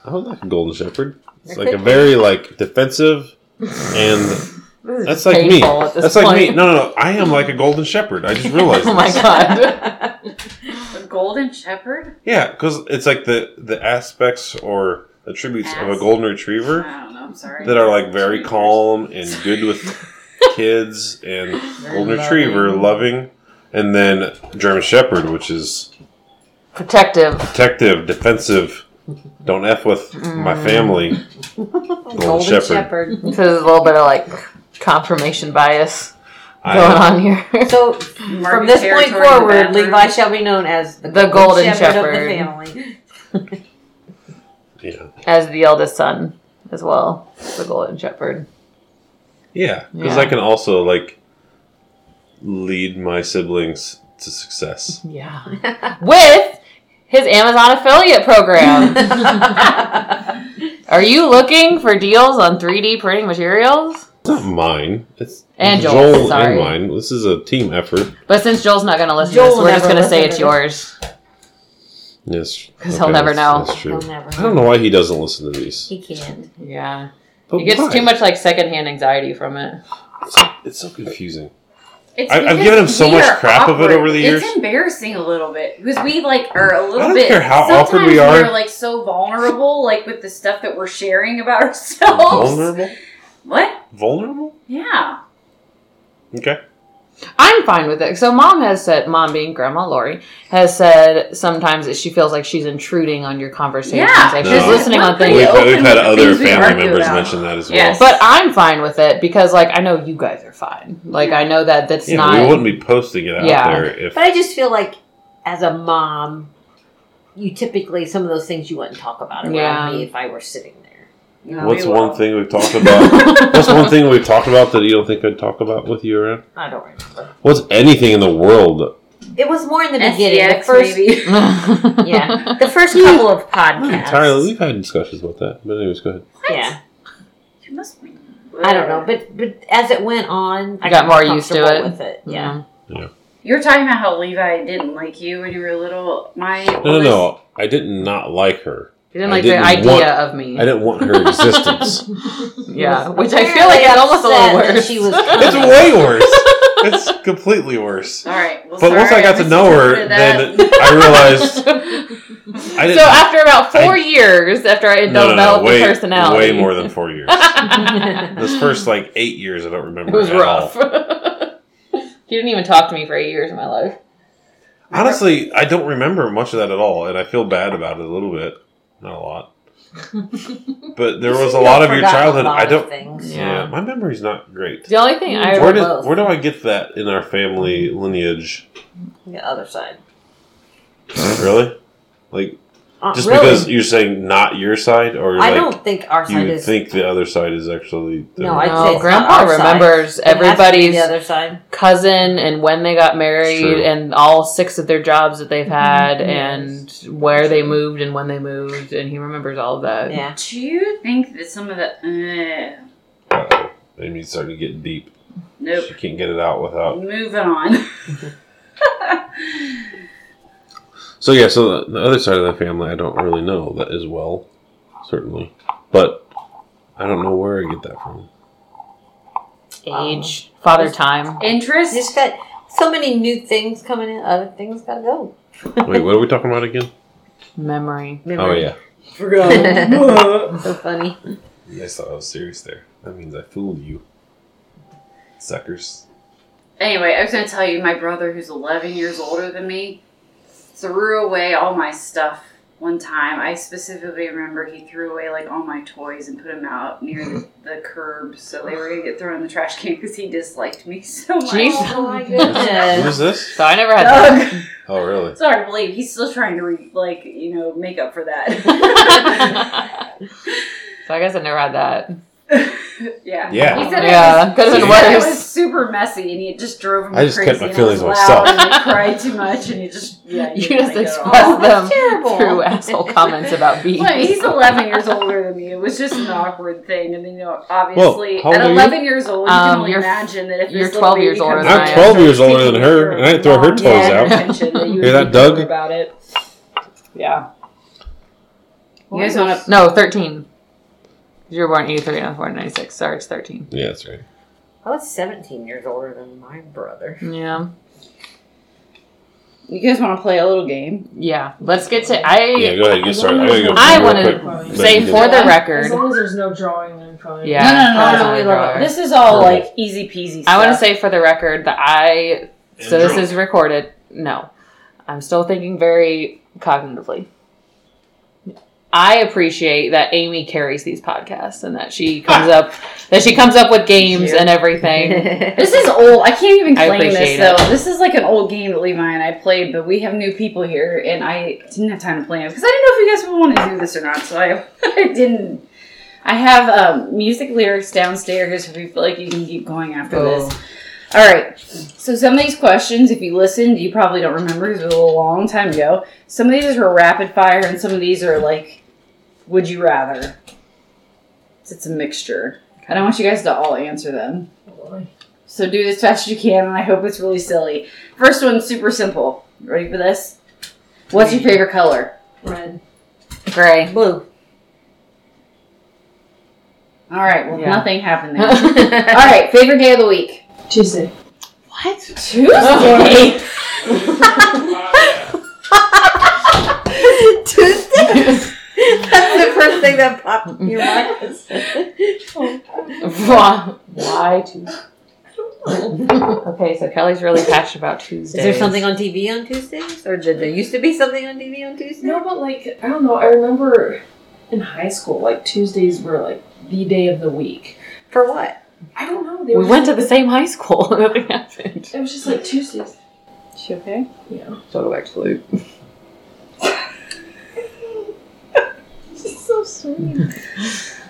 S1: I don't like a Golden Shepherd. It's like a very like defensive and. That's like me.
S3: painful at this
S1: That's like me.
S3: point.
S1: No, no, no. I am like a golden shepherd. I just realized.
S3: oh my
S1: this.
S3: god.
S2: A golden shepherd?
S1: Yeah, because it's like the the aspects or attributes of a
S2: Ass.
S1: golden retriever
S2: I don't know. I'm sorry.
S1: that are like very calm and good with kids and golden retriever loving, and then German Shepherd, which is
S3: Protective.
S1: protective, defensive. Don't f with my family. Golden, Shepherd.
S3: So there's a little bit of like confirmation bias
S1: I-
S3: going on here.
S6: So from this point forward, Levi shall be known as the,
S3: The golden shepherd.
S6: of the family.
S1: yeah,
S3: As the eldest son as well. The golden shepherd.
S1: yeah, because
S3: Yeah.
S1: I can also like lead my siblings to success.
S3: Yeah. With his Amazon affiliate program. Are you looking for deals on 3D printing materials?
S1: It's not mine. It's
S3: And Joel's,
S1: Joel
S3: sorry.
S1: and mine. This is a team effort.
S3: But since Joel's not going to listen
S6: Joel
S3: to this,
S6: will
S3: we're just
S6: never
S3: going to say
S6: listen
S3: it's
S6: to
S3: yours.
S1: Yes.
S3: 'Cause he'll never
S1: that's-
S3: know.
S1: That's true.
S6: He'll never.
S1: I don't know why he doesn't listen to these.
S6: He can't.
S3: Yeah.
S1: But
S3: he gets
S1: why?
S3: too much like secondhand anxiety from it.
S1: It's so, it's so confusing.
S2: It's
S1: I- I've
S2: because
S1: given him so
S2: we
S1: much
S2: are
S1: crap of it
S2: awkward.
S1: over the years.
S2: It's embarrassing a little bit because we like are a little
S1: I don't
S2: bit.
S1: care how
S2: sometimes
S1: awkward we are.
S2: We're like so vulnerable, like with the stuff that we're sharing about ourselves.
S1: Vulnerable?
S2: What?
S1: Vulnerable?
S2: Yeah.
S1: Okay.
S3: I'm fine with it. So mom has said, mom being grandma Lori, has said sometimes that she feels like she's intruding on your conversations.
S2: Yeah,
S3: like
S1: No.
S3: she's listening on
S2: Pretty
S1: We've,
S3: things.
S2: Yeah.
S1: we've
S2: open
S1: had
S2: with the
S1: other
S2: things we
S1: family
S2: argue
S1: members
S2: about.
S1: mention that as well.
S2: Yes.
S3: But I'm fine with it because like I know you guys are fine. Like I know that that's
S1: Yeah,
S3: not
S1: we wouldn't be posting it out
S3: Yeah.
S1: there if
S6: But I just feel like, as a mom, you typically some of those things you wouldn't talk about around
S3: Yeah.
S6: me if I were sitting there.
S2: No,
S1: What's
S2: we
S1: one
S2: will.
S1: thing we've talked about? what's one thing we've talked about that you don't think I'd talk about with you around?
S6: I don't remember.
S1: What's anything in the world?
S6: It was more in the beginning. The
S2: SDX
S6: first,
S2: E maybe.
S6: yeah, the first couple of podcasts.
S1: Not entirely. We've had discussions about that. But anyways, go ahead.
S6: Yeah,
S2: You must be-
S6: I don't know, but but as it went on, I
S3: got more used to
S6: comfortable
S3: it.
S6: With it, Mm-hmm. yeah.
S3: Yeah.
S2: You were talking about how Levi didn't like you when you were little. My
S1: No, no, no. I did not like her.
S3: She didn't
S1: I
S3: like
S1: didn't
S3: the idea
S1: want-
S3: of me.
S1: I didn't want her existence.
S3: yeah. Which I feel like
S6: Apparently
S3: is almost a little
S6: upset that
S3: worse.
S6: She was
S1: it's way worse. It's completely worse.
S2: All right. Well,
S1: But once I
S2: sorry,
S1: got to know her,
S2: misinterpreted that.
S1: then I realized I didn't.
S3: so after about four
S1: I-
S3: years after I
S1: no,
S3: developed
S1: no, no, way,
S3: the personality.
S1: way more than four years. this first like eight years, I don't remember.
S3: It was
S1: at all.
S3: rough. he didn't even talk to me for eight years of my life.
S1: Honestly, I don't remember much of that at all, and I feel bad about it a little bit. Not a lot. but there was a lot of your childhood. I don't.
S6: Things.
S1: Yeah, my memory's not great.
S3: The only thing I
S1: Where,
S3: remember,
S1: did,
S6: both.
S1: where do I get that in our family lineage?
S6: The other side.
S1: really? Like,
S6: Uh,
S1: just
S6: really?
S1: because you're saying not your side, or
S6: I
S1: like
S6: don't think our side
S1: you
S6: is.
S1: think the other side is actually. the-
S6: No, I- I'd say
S3: no,
S6: it's not
S3: Grandpa
S6: our side.
S3: remembers
S6: it has to be
S3: everybody's
S6: the other side.
S3: cousin and when they got married
S1: true.
S3: and all six of their jobs that they've had
S6: Mm-hmm. Yes.
S3: and where they moved and when they moved and he remembers all of that.
S6: Yeah.
S2: Do you think that some of the uh,
S1: Uh-oh. Maybe it's starting to get deep.
S2: nope?
S1: She can't get it out without.
S2: Moving on.
S1: So yeah, so the, the other side of the family, I don't really know that as well, certainly, but I don't know where I get that from.
S3: Age, father time.
S6: It's
S2: Interest.
S6: just got so many new things coming in. Other things gotta go.
S1: Wait, what are we talking about again?
S3: Memory.
S1: Oh yeah,
S6: so funny.
S1: you guys thought I was serious there. That means I fooled you, suckers.
S2: Anyway, I was going to tell you, my brother, who's 11 years older than me, threw away all my stuff one time. I specifically remember he threw away like all my toys and put them out near the, the curb, so they were going to get thrown in the trash can because he disliked me so much. Um,
S3: Jeez.
S6: Oh
S5: my
S1: Who
S6: Yeah.
S1: is this?
S3: So I never had that.
S2: Doug.
S1: Oh really?
S2: It's hard to believe he's still trying to re- like you know make up for that.
S3: so I guess I never had that.
S2: yeah.
S1: Yeah.
S2: He said it was.
S3: yeah, could
S2: He
S1: Yeah.
S3: have been
S2: said it was
S3: worse.
S2: super messy, and it just drove him
S1: I just
S2: crazy.
S1: kept my
S2: and I was
S1: feelings
S2: loud,
S1: myself.
S2: And he cried too much, and he just yeah. he
S3: You
S2: didn't
S3: just
S2: like it at all.
S3: expressed them
S6: Oh, That's terrible.
S3: through asshole comments about bees.
S2: Well, he's 11 years older than me. It was just an awkward thing. And then, you know, obviously,
S1: how old
S2: at
S1: are you?
S2: 11 years old, you
S3: Um,
S2: can only
S3: you're-
S2: imagine that if
S3: you're
S2: this
S3: 12
S2: little
S3: years
S2: baby
S3: older
S2: comes
S3: than
S2: out
S3: I am.
S2: and
S1: I'm 12 years
S2: starts
S1: older than
S2: speaking
S1: her,
S2: for
S1: and I throw her
S2: mom,
S1: toys
S2: dad,
S1: out.
S2: attention, that you
S1: Hear
S2: would
S1: that,
S2: be
S1: Doug?
S2: cool About it. Yeah. You guys want to?
S3: No, 13. You were born 83, not 4, 96. Sorry, it's 13.
S1: Yeah, that's right.
S6: I was 17 years older than my brother.
S3: Yeah.
S2: You guys want to play a little game?
S3: Yeah. Let's get to. I.
S1: Yeah, go ahead, get started. I gotta go.
S3: I
S1: real
S3: wanna
S1: quick, but
S5: say
S3: Say
S1: you
S3: for
S1: can-
S3: the
S5: As
S3: record.
S5: long as there's no drawing, then fine.
S3: Yeah.
S2: No, no, no,
S6: no, we love it.
S2: This is all
S1: Cool.
S2: like easy peasy. Stuff.
S3: I want to say for the record that I. So this
S1: Andrew.
S3: is recorded. No. I'm still thinking very cognitively. I appreciate that Amy carries these podcasts and that she comes up that she comes up with games
S6: you.
S3: and everything.
S2: This is old. I can't even
S3: I
S2: claim
S3: appreciate
S2: this though. This is like an old game that Levi and I played, but we have new people here, and I didn't have time to play it because I didn't know if you guys would want to do this or not. So I, I didn't. I have um, music lyrics downstairs if you feel like you can keep going after
S3: Oh.
S2: this. All right. So some of these questions, if you listened, you probably don't remember because it was a long time ago. Some of these were rapid fire, and some of these are like, "Would you rather?" So It's a mixture. And I want you guys to all answer them. So do this fast as you can, and I hope it's really silly. First one's super simple. Ready for this? What's your favorite color?
S5: Red.
S2: Gray.
S6: Blue.
S2: All right. Well,
S3: Yeah.
S2: nothing happened there. all right. Favorite day of the week?
S5: Tuesday.
S2: Tuesday.
S6: Tuesday. That's the first thing that popped in your mind.
S3: Why why Tuesday? okay, so Kelly's really passionate about Tuesdays.
S6: Is there something on TV on Tuesdays, or did there used to be something on TV on Tuesdays?
S5: No, but like I don't know. I remember in high school, like Tuesdays were like the day of the week.
S6: For what?
S5: I don't know. They
S3: We
S5: were
S3: went to
S5: just-
S3: the same high school. Nothing happened.
S5: It was just like Tuesdays.
S2: She okay?
S5: Yeah.
S3: So go back to sleep.
S5: so sweet.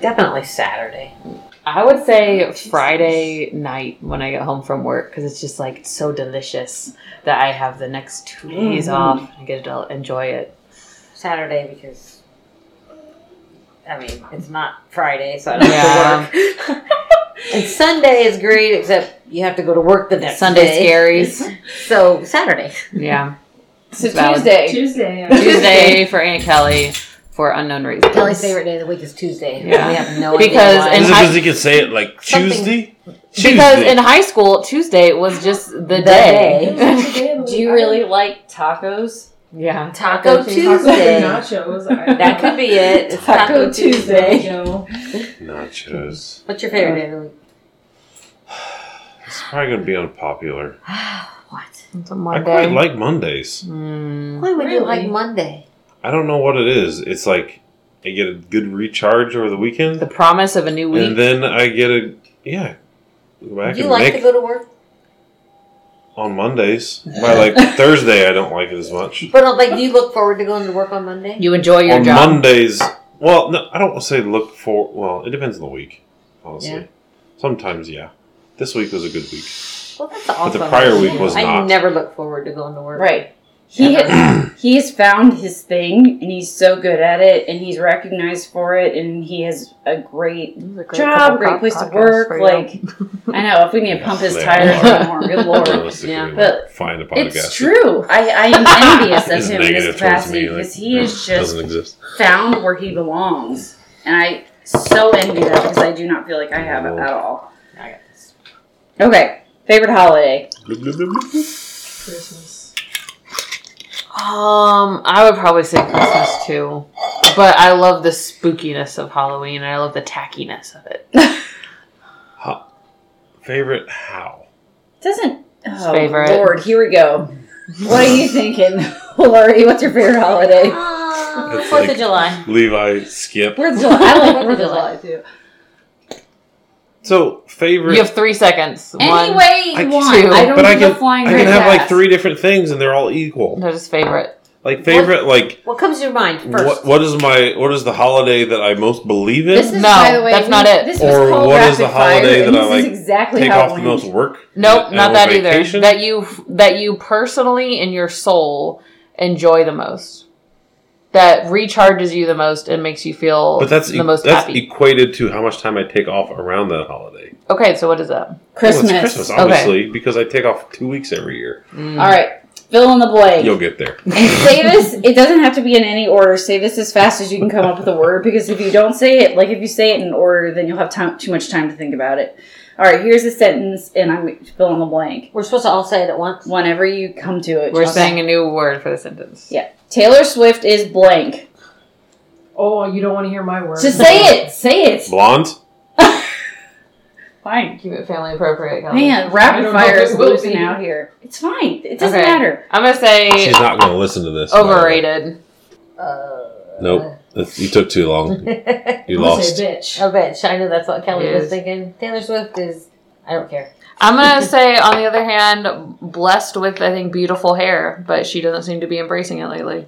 S6: Definitely Saturday.
S3: I would say Friday night when I get home from work because it's just like so delicious that I have the next two
S6: Mm.
S3: days off. I get to enjoy it.
S6: Saturday because. I mean, it's not Friday, so I don't have to work. and Sunday is great, except you have to go to work the next
S3: Sunday
S6: day.
S3: scaries.
S6: So Saturday.
S3: yeah.
S2: So
S3: It's valid.
S2: Tuesday.
S5: Tuesday.
S3: Tuesday for Aunt Kelly for unknown reasons.
S6: Kelly's favorite day of the week is Tuesday.
S3: Yeah.
S6: We have no
S3: Because-
S6: idea why.
S3: and
S1: Is it
S3: I-
S1: because he can say it like
S6: Something-
S1: Tuesday?
S3: Because
S1: Tuesday.
S3: in high school, Tuesday was just the,
S6: day.
S3: day.
S2: Do you really like tacos?
S3: yeah.
S6: Taco
S5: Tuesday.
S6: Tuesday.
S5: Nachos.
S6: That could be it. It's Taco, Tuesday.
S5: No.
S1: Nachos.
S6: What's your favorite day of the week?
S1: It's probably going to be unpopular.
S6: what?
S3: It's a
S1: I
S3: Monday.
S1: quite like Mondays.
S3: Mm.
S6: Why would you like
S5: Really?
S6: Monday?
S1: I don't know what it is. It's like I get a good recharge over the
S3: The
S1: weekend,
S3: promise of a new week.
S1: and then I get a yeah. Go back
S6: Do you
S1: and
S6: like
S1: make
S6: to go to work?
S1: on Mondays. By like Thursday, I don't like it as much.
S6: But uh, like, do you look forward to going to work on Monday?
S3: you enjoy your
S1: on
S3: job.
S1: Mondays, well, no, I don't want to say look for. Well, it depends on the week, honestly.
S6: Yeah.
S1: Sometimes, yeah. This week was a good week.
S6: Well, that's awesome.
S1: the prior week was
S6: I
S1: not.
S6: never look forward to going to work.
S2: Right. He has, he has found his thing and he's so good at it and he's recognized for it and he has a great job, great place to work. Like, I know if we need to pump his
S1: They
S2: tires
S1: are.
S2: anymore, good lord.
S1: Realistically,
S3: Yeah.
S2: But
S1: find a podcast.
S2: It's true. I, I am envious
S1: It's
S2: of him in
S1: negative
S2: this
S1: towards
S2: capacity
S1: me. Like,
S2: because he is
S1: it
S2: just
S1: doesn't exist.
S2: found where he belongs. And I so envy that because I do not feel like I have it at all.
S6: I got this.
S2: Okay, favorite holiday?
S1: Bloop, bloop, bloop, bloop.
S5: Christmas.
S3: Um, I would probably say Christmas too, but I love the spookiness of Halloween and I love the tackiness of it.
S1: Favorite how?
S2: Doesn't. Oh,
S3: favorite.
S2: Lord, here we go. What are you thinking, Lori? What's your favorite holiday?
S6: Uh,
S1: It's
S6: Fourth
S1: like-
S6: of July.
S1: Levi Skip.
S2: Fourth of July. I like Fourth of July
S6: July.
S2: too.
S1: So favorite.
S3: You have three seconds.
S2: Any
S3: One,
S2: way
S1: I-
S2: you want.
S3: two.
S2: I don't
S1: but I
S2: give
S1: can
S2: a flying
S1: I can
S2: rat's
S1: have like
S2: ass.
S1: three different things and they're all equal.
S3: no, just favorite.
S1: Like favorite like
S6: What comes to your mind first?
S1: what what is my what is the holiday that I most believe in?
S2: This is,
S3: No,
S2: by the way,
S3: that's
S2: we-
S3: not it.
S2: This
S1: Or
S2: was called
S1: what is
S2: rapid
S1: the
S2: fire,
S1: holiday
S2: and
S1: that I,
S2: this
S1: like,
S2: is exactly
S1: Take
S2: how
S1: off
S2: it
S1: the most
S2: went.
S1: work.
S3: Nope,
S1: and
S3: not
S1: on
S3: that
S1: vacation?
S3: either. That you that you personally in your soul enjoy the most. That recharges you the most and makes you feel
S1: But that's e-
S3: the most
S1: that's
S3: happy.
S1: equated to how much time I take off around that holiday.
S3: okay, so what is that?
S1: Well,
S2: Christmas.
S1: it's Christmas, obviously, because I take off two weeks every year.
S2: All right, fill in the blank.
S1: You'll get there.
S2: And say this. It doesn't have to be in any order. Say this as fast as you can come up with a word because if you don't say it, like if you say it in order, then you'll have time, too much time to think about it. All right, here's a sentence, and I'm fill in the blank.
S6: We're supposed to all say it at once.
S2: Whenever you come to it,
S3: We're
S2: just-
S3: saying a new word for the sentence.
S2: Yeah. Taylor Swift is blank.
S5: Oh, you don't want to hear my words.
S2: Just say it. Say it.
S1: Blonde?
S2: Fine.
S3: Keep it family appropriate. Kelly.
S2: Man,
S5: I
S2: rapid
S5: don't know
S2: fire
S5: if
S2: is
S5: it will
S2: losing
S5: be.
S2: out here. It's fine. It doesn't
S3: Okay.
S2: matter.
S3: I'm gonna say
S1: She's not going to listen to this. by the way.
S3: overrated.
S6: Uh,
S1: Nope. That's- You took too long. You
S5: I'm gonna
S1: lost.
S5: say bitch.
S6: I bet. I know that's what Kelly
S3: Yes.
S6: was thinking. Taylor Swift is. I don't care.
S3: I'm gonna say on the other hand, blessed with I think beautiful hair, but she doesn't seem to be embracing it lately.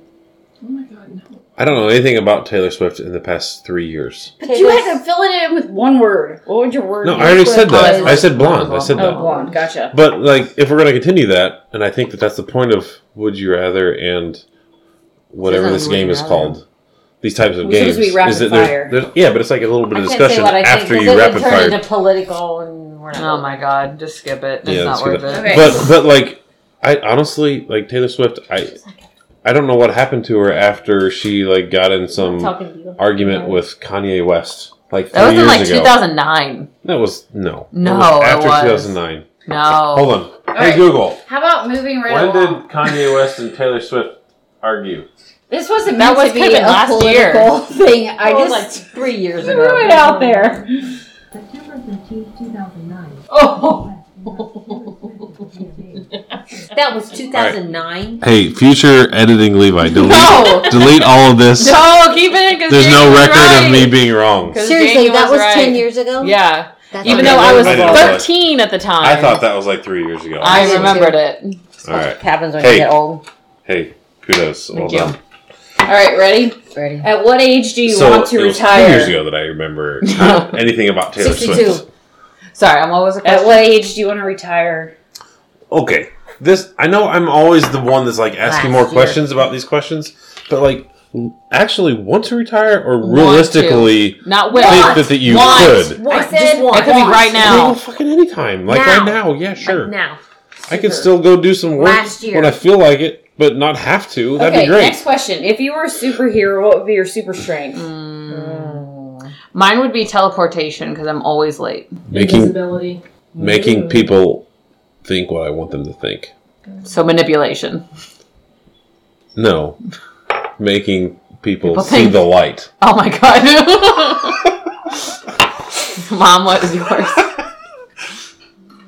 S5: Oh my god, no.
S1: I don't know anything about Taylor Swift in the past three years.
S2: But you had to fill it in with one word. What would your word
S1: No,
S2: be?
S1: I already said that.
S3: Oh,
S1: I said blonde. I said
S2: Oh,
S1: that.
S2: blonde. Gotcha.
S1: But like, if we're gonna continue that, and I think that that's the point of Would You Rather and whatever
S6: Isn't
S1: this game
S6: Would
S1: is
S6: You
S1: called, these types of
S2: We're supposed
S1: games,
S2: to be rapid
S1: is that
S2: fire.
S1: there's, there's yeah, but it's like a little bit of discussion after you rapid fire.
S6: into political and we're
S3: Oh
S6: not.
S3: my god, just skip it. It's
S1: Yeah,
S3: not
S1: let's skip
S3: worth it.
S2: it. Okay.
S1: But but like, I honestly like Taylor Swift. I I don't know what happened to her after she like got in some
S6: talking to you.
S1: argument with Kanye West like three
S3: That was in
S1: years
S3: like
S1: ago.
S3: 2009.
S1: That was no,
S3: No,
S1: That was
S3: it
S1: after
S3: was.
S1: 2009.
S3: No.
S1: Hold on, hey
S2: right.
S1: Google.
S2: How about moving right
S1: When
S2: along?
S1: did Kanye West and Taylor Swift argue?
S2: This wasn't meant
S3: That was
S2: to be
S3: could've
S2: a
S3: been last year. Oh,
S2: political thing. I
S6: That was
S2: just
S6: Oh, like three years
S2: threw it
S6: ago.
S2: out there.
S7: September 15th, 2009.
S6: Oh, that was 2009.
S1: Hey, future editing Levi, delete
S3: No.
S1: delete all of this.
S3: No, keep it because
S1: There's no record of me being wrong.
S3: 'Cause
S6: Seriously,
S3: Jamie
S6: that
S3: was
S6: was
S3: right.
S6: 10 years ago?
S3: Yeah,
S6: That's
S3: even
S1: Okay,
S3: though I
S1: never
S3: was
S1: mind. I didn't realize.
S3: 13 at the time.
S1: I thought that was like three years ago.
S3: I
S1: honestly.
S3: remembered it.
S1: All right.
S6: happens when
S1: Hey.
S6: you get old.
S1: Hey, kudos.
S3: Thank
S1: well
S3: you.
S1: done.
S2: All right, ready?
S6: Ready.
S2: At what age do you
S1: So,
S2: want to
S1: it was two
S2: retire?
S1: years ago that I remember uh, anything about Taylor
S6: 62.
S1: Swift.
S3: Sorry, I'm always a
S2: At what age do you want to retire?
S1: Okay, this I know. I'm always the one that's like asking
S6: Last
S1: more
S6: year.
S1: questions about these questions, but like actually want to retire or
S3: Want to.
S1: realistically
S3: Not will.
S1: think that, that you
S3: Want.
S1: could.
S6: One,
S2: I said-
S6: just one.
S3: It could be right
S1: Well,
S3: now.
S1: fucking anytime, like
S6: Now.
S1: right now. Yeah, sure.
S6: Like now.
S1: I can still go do some work
S6: Last year.
S1: when I feel like it, but not have to. That'd
S2: okay,
S1: be great.
S2: next question. If you were a superhero, what would be your super strength?
S3: Mm. Mine would be teleportation because I'm always late.
S1: making
S5: Invisibility.
S1: making people think what I want them to think.
S3: So manipulation.
S1: No, making people,
S3: People
S1: see
S3: think.
S1: the light.
S3: Oh my god. Mom, what is yours?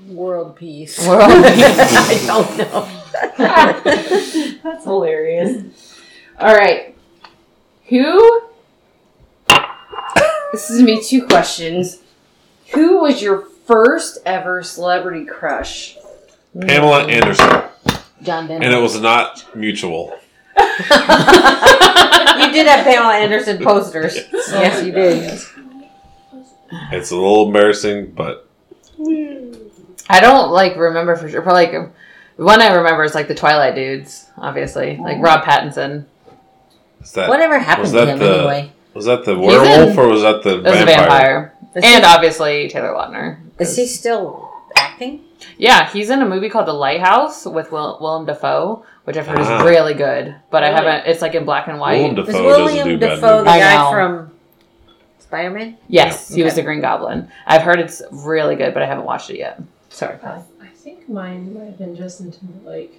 S6: World peace.
S3: World peace.
S6: I don't know.
S5: That's hilarious.
S2: All right. Who? This is gonna be two questions. Who was your first ever celebrity crush?
S1: Pamela Anderson,
S6: John Denver.
S1: and it was not mutual.
S6: you did have Pamela Anderson posters. yes, you did.
S1: It's a little embarrassing, but
S3: I don't like remember for sure. Probably like the one I remember is like the Twilight dudes, obviously, like Rob Pattinson.
S1: is that
S6: Whatever happened
S1: Was
S6: to
S1: that
S6: him
S1: the-
S6: anyway?
S1: was that the
S3: He's
S1: werewolf
S3: in-
S1: or was that the
S3: That was a vampire, and obviously Taylor Lautner.
S6: Is he still acting?
S3: Yeah, he's in a movie called The Lighthouse with Will- Willem Dafoe, which I've heard
S1: Ah.
S3: is really good. But I
S5: Really?
S3: haven't. It's like in black and white.
S1: Willem
S6: Was
S1: Dafoe doesn't do
S6: William
S1: bad
S6: Defoe the
S1: movies.
S3: I
S6: guy
S3: know.
S6: from Spider Man?
S3: yes, he was
S6: Okay.
S3: the Green Goblin. I've heard it's really good, but I haven't watched it yet. Sorry,
S5: I, I think mine might have been Justin Timberlake.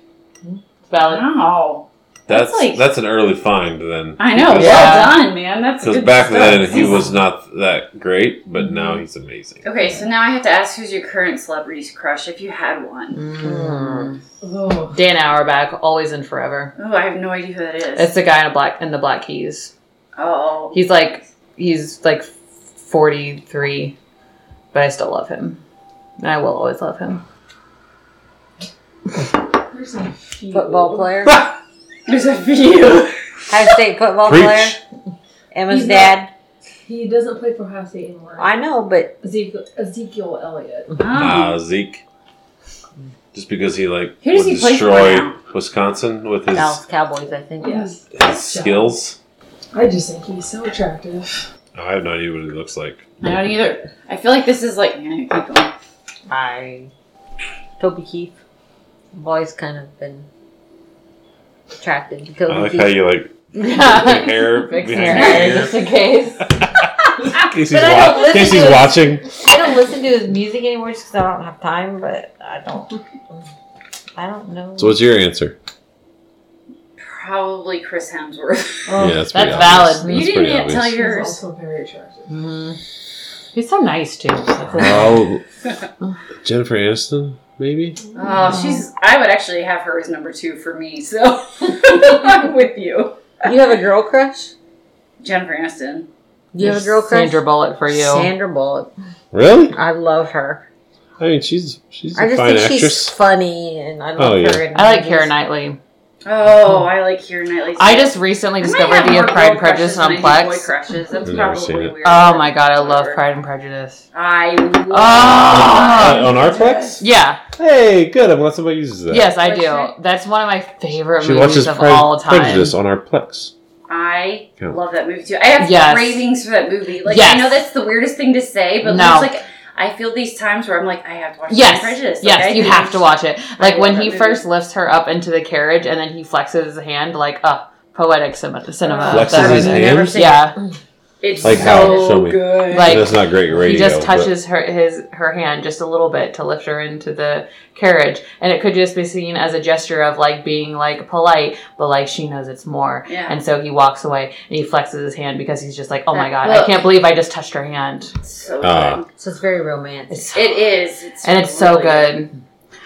S3: valid.
S2: Wow.
S1: That's
S2: That's like-
S1: that's an early find then.
S2: I know.
S1: Because-
S3: Yeah.
S2: Well done, man. That's
S1: Because
S2: good
S1: back
S2: stuff.
S1: then he was not that great, but now he's amazing.
S2: Okay, so now I have to ask who's your current celebrity's crush if you had one.
S6: Hmm.
S3: Mm.
S5: Oh,
S3: Dan Auerbach, always and forever.
S2: Oh, I have no idea who that is.
S3: It's the guy in a black in the Black Keys.
S2: oh.
S3: He's like he's like forty three, but I still love him. And I will always love him.
S5: there's a few.
S6: Football player?
S2: There's a few.
S6: High State football
S1: Preach.
S6: player? Emma's
S5: He's not-
S6: dad?
S5: He doesn't play for Ohio State anymore.
S6: I know, but
S5: Ezekiel, Ezekiel Elliott.
S2: Oh.
S1: Ah, Zeke. Just because he like
S2: Who does
S1: would
S2: he play for
S1: destroy
S2: now?
S1: Wisconsin with his,
S6: Dallas Cowboys, I think.
S5: Yes.
S1: his skills.
S5: I just think he's so attractive.
S1: I have no idea what he looks like.
S2: I don't either. I feel like this is like. Yeah, keep going.
S6: I. Toby Keith. I've always kind of been attracted to Toby
S1: I like
S6: Keith.
S1: how you like your hair behind
S3: Fixing
S1: your
S3: your hair
S1: ear.
S3: just in case.
S1: In case he's,
S6: But I don't
S1: wa- in
S6: listen
S1: case
S6: to
S1: he's
S6: it.
S1: watching.
S6: I don't listen to his music anymore just because I don't have time, but I don't. I don't know.
S1: So what's your answer?
S2: Probably Chris Hemsworth. Uh,
S1: yeah, that's,
S3: that's
S1: pretty obvious.
S3: valid. You
S1: That's
S2: you didn't
S1: pretty
S2: yet
S1: obvious.
S2: tell
S5: Oh, He's
S2: yours.
S5: also very attractive.
S3: Mm-hmm. He's so nice too.
S1: Oh, Jennifer Aniston, maybe.
S3: Mm-hmm.
S2: Oh, she's. I would actually have her as number two for me. So I'm with you,
S6: You have a girl crush?
S2: Jennifer Aniston.
S6: You have a girl crush?
S3: Sandra Bullock for you.
S6: Sandra Bullock.
S1: Really?
S6: I love her.
S1: I mean, she's she's a
S6: I just
S1: fine
S6: think she's
S1: actress.
S6: funny, and I love
S1: Oh, yeah.
S6: her. in
S3: I like
S6: movies.
S3: Karen Knightley.
S2: Oh, I like hear nightly.
S3: Hmm. I just recently
S2: I might
S3: discovered
S2: have
S3: the
S2: more
S3: Pride and
S2: girl crushes
S3: Prejudice on
S2: than I do Boy
S3: Plex.
S2: crushes. That's
S1: I've never
S2: probably
S1: seen it.
S2: weird.
S3: Oh my god, I love
S2: Whatever.
S3: Pride and Prejudice.
S2: I
S3: Oh!
S1: Uh, on our Plex?
S3: Yeah,
S1: Hey, good. I'm glad somebody uses that.
S3: yes, I
S2: What's
S3: do. That's one of my favorite
S1: She
S3: movies
S1: watches
S3: of
S1: Pride
S3: all
S1: and
S3: time.
S1: Prejudice on our Plex.
S2: I
S1: Yeah.
S2: love that movie too. I have
S3: Yes.
S2: cravings for that movie. Like
S3: Yes.
S2: I know that's the weirdest thing to say, but
S3: No.
S2: it's like I feel these times where I'm like, I have to watch
S3: Yes,
S2: Pride and Prejudice. Like, I
S3: yes, you
S2: do.
S3: have to watch it. Like
S2: love
S3: when
S2: that
S3: he
S2: movie.
S3: first lifts her up into the carriage and then he flexes his hand, like, uh, poetic cinema. cinema.
S1: Flexes
S3: That
S1: his
S3: was-
S1: hand?
S2: Never seen
S3: Yeah,
S2: It's
S1: Like
S2: so
S1: how? Show me.
S5: good.
S3: Like,
S1: That's not great radio.
S3: he just
S1: but-
S3: touches her his her hand just a little bit to lift her into the carriage, and it could just be seen as a gesture of like being like polite, but like she knows it's more.
S2: yeah.
S3: And so he walks away and he flexes his hand because he's just like, oh my
S2: That
S3: god, I
S2: book.
S3: can't believe I just touched her hand.
S2: It's so
S1: Ah.
S2: good.
S6: So it's very romantic.
S3: It's,
S2: It is. It's
S3: and it's so
S2: really
S3: good.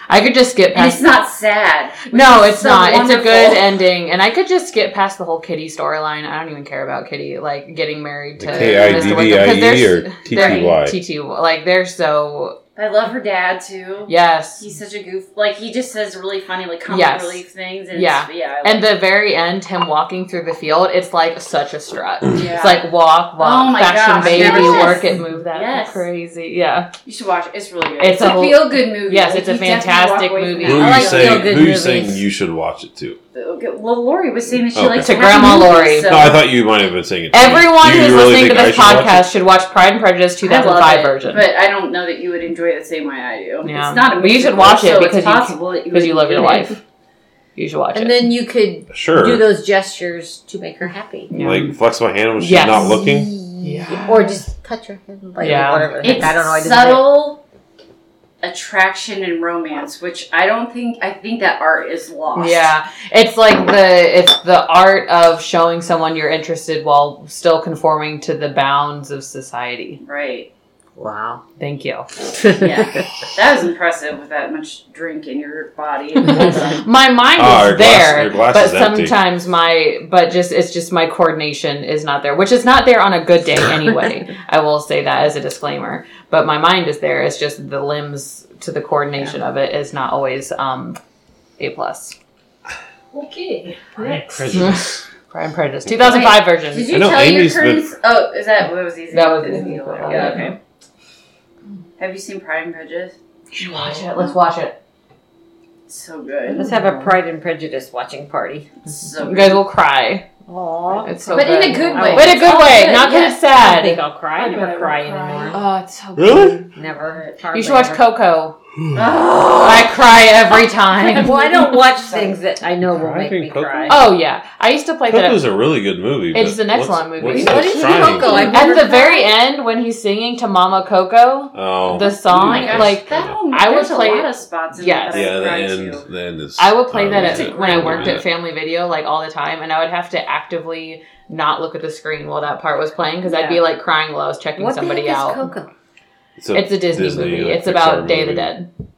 S3: I could just skip
S2: And it's
S3: past.
S2: not sad. which
S3: no,
S2: is
S3: it's
S2: so
S3: not. It's a
S2: wonderful.
S3: good ending, and I could just skip past the whole Kitty storyline. I don't even care about Kitty, like getting married to
S1: The K-I-D-D-I-E E or
S3: they're-
S1: T-T-Y?
S3: TTY. Like they're so
S2: I love her dad too.
S3: yes.
S2: He's such a goof. Like he just says really funny, like comic
S3: Yes.
S2: relief things. And
S3: Yeah.
S2: yeah, yeah. I
S3: And the very end, him walking through the field, it's like such a strut.
S2: love- yeah.
S3: It's like walk, walk,
S2: Oh my
S3: fashion
S2: gosh,
S3: baby,
S2: yes.
S3: work it, move that
S2: Yes.
S3: crazy. Yeah.
S2: you should watch. it. It's really good.
S3: It's
S2: It's,
S3: a
S2: a,
S3: whole-
S2: feel good movie.
S3: Yes, it's a
S2: you definitely
S3: fantastic
S2: walk away from
S3: movie.
S1: Who
S2: that.
S1: are
S6: I
S1: you
S6: like
S1: saying?
S6: feel-good
S1: Who are you
S6: movies.
S1: saying you should watch it to?
S2: Okay, Well, Lori was saying that she
S1: Okay.
S2: likes
S3: To
S2: happy
S3: Grandma
S2: movies,
S3: Lori.
S2: so-
S1: no, I thought you might have been saying it. to me.
S3: Everyone
S1: Do you
S3: who's
S1: really
S3: listening to
S1: think I
S3: this
S1: should watch
S3: podcast should watch Pride and Prejudice
S2: I love
S3: 2005
S2: it,
S3: version.
S2: But I don't know that you would enjoy it the same way I do.
S3: Yeah.
S2: It's not a
S3: But you
S2: movie,
S3: should watch it
S2: so it's
S3: because you-
S2: possible that
S3: Because you
S2: would
S3: love your
S2: enjoy it.
S3: wife. You should watch
S6: And
S3: it.
S6: then you could
S1: it? Sure.
S6: do those gestures to make her happy.
S3: Yeah.
S1: Like flex my hand when she's
S3: Yes.
S1: not looking.
S3: Yeah.
S6: Or just touch her hand. Like,
S3: Yeah.
S6: whatever.
S2: It's
S6: I don't know. I didn't
S2: subtle attraction and romance, which I don't think I think that art is lost.
S3: Yeah, it's like the it's the art of showing someone you're interested while still conforming to the bounds of society.
S2: Right.
S6: Wow.
S3: Thank you.
S2: Yeah. that was impressive with that much drink in your body.
S3: my mind
S1: Ah, your glass-
S3: is there,
S1: your glass
S3: but
S1: is empty.
S3: sometimes my but just it's just my coordination is not there, which is not there on a good day anyway. I will say that as a disclaimer. But my mind is there. It's just the limbs to the coordination of it is not always um, a plus.
S5: Okay.
S1: Pride and
S5: Next.
S1: Prejudice.
S3: Pride and Prejudice, 2005 version.
S2: Did
S1: I
S2: you
S1: know
S2: tell
S1: Amy's
S2: your
S1: been-
S2: curtains? Oh, is that what was easy?
S3: That was
S2: Is
S3: easy.
S2: it- Yeah. Okay. Have you seen Pride and Prejudice?
S3: You should watch it. Let's watch it.
S2: It's so good.
S6: Let's have a Pride and Prejudice watching party.
S2: It's so
S3: Mm-hmm. You
S2: good.
S3: guys will cry.
S6: Aww.
S3: It's so
S2: But in a
S3: good.
S2: good
S6: I
S2: way.
S3: But in a good
S2: Oh,
S3: way, not because
S2: yes.
S3: it's
S6: I don't think
S3: sad.
S6: I'll cry. I
S5: I bet I
S6: never
S5: will
S6: cry
S5: cry.
S6: anymore.
S3: Oh, it's so good.
S1: Really?
S6: Never.
S3: You should watch Coco.
S2: Oh,
S3: I cry every time.
S6: Well, I don't watch things that I know will make
S1: Driving
S6: me
S1: Coco?
S6: cry.
S3: Oh yeah, I used to play that.
S1: Coco's a really good movie.
S3: It's
S1: but
S3: an excellent
S1: what's- What's
S3: movie.
S1: the
S6: What is
S1: trying
S6: Coco?
S1: to do?
S6: I-
S3: At the very end, when he's singing to Mama Coco,
S1: Oh,
S3: the song,
S1: yeah.
S3: like,
S2: that whole,
S3: I would
S2: there's
S3: play-
S2: a lot of spots in
S3: Yes.
S2: that
S1: yeah, the
S2: I would
S1: end.
S2: cry to.
S1: The end is.
S3: I would play that
S1: it's a
S3: at, when I
S1: great
S3: worked
S1: movie.
S3: at Family Video, like all the time, and I would have to actively not look at the screen while that part was playing because I'd be like crying while I was checking
S6: What
S3: somebody
S6: the heck
S3: out.
S6: is Coco?
S1: It's a,
S3: it's a Disney,
S1: Disney,
S3: movie.
S1: like,
S3: it's about
S1: Pixar
S3: Day of the
S1: movie.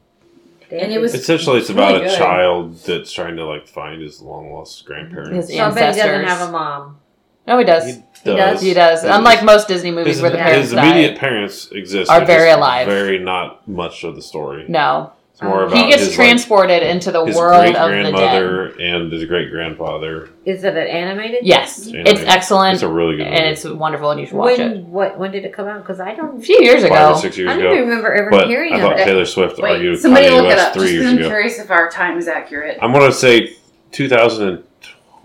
S3: Dead.
S2: And it was-
S1: essentially it's
S5: It's
S1: about
S5: really
S1: a
S5: good.
S1: child that's trying to like find his long lost grandparents.
S3: His
S6: So I bet he doesn't
S3: ancestors.
S6: have a mom.
S3: No, he does.
S6: does?
S3: He does. Unlike most Disney movies
S1: His,
S3: where the
S6: yeah.
S3: parents
S1: his
S3: die.
S1: immediate parents exist.
S3: Are
S1: they're
S3: very
S1: just
S3: alive.
S1: Very not much of the story.
S3: No,
S1: It's more
S6: Um,
S1: about
S3: he gets
S1: his,
S3: transported into the
S1: like, his
S3: world
S1: great
S3: of the dead.
S1: grandmother and his great grandfather.
S6: Is it an animated?
S3: Yes,
S1: Anyway,
S3: it's excellent
S1: It's a really good movie.
S3: and it's wonderful, and you should watch
S6: When
S3: it.
S6: what when did it come out? Because I
S3: A
S6: don't.
S3: few years
S1: five
S3: ago,
S1: or six years
S6: I don't
S1: ago.
S6: even remember ever
S1: But
S6: hearing
S1: I thought
S6: of it.
S1: Taylor Swift argued
S2: Wait,
S1: with
S2: somebody
S1: Kanye
S2: look it
S1: West
S2: up.
S1: three
S2: Just
S1: years
S2: 'cause I'm
S1: ago.
S2: curious if our time is accurate.
S1: I'm gonna say 2013.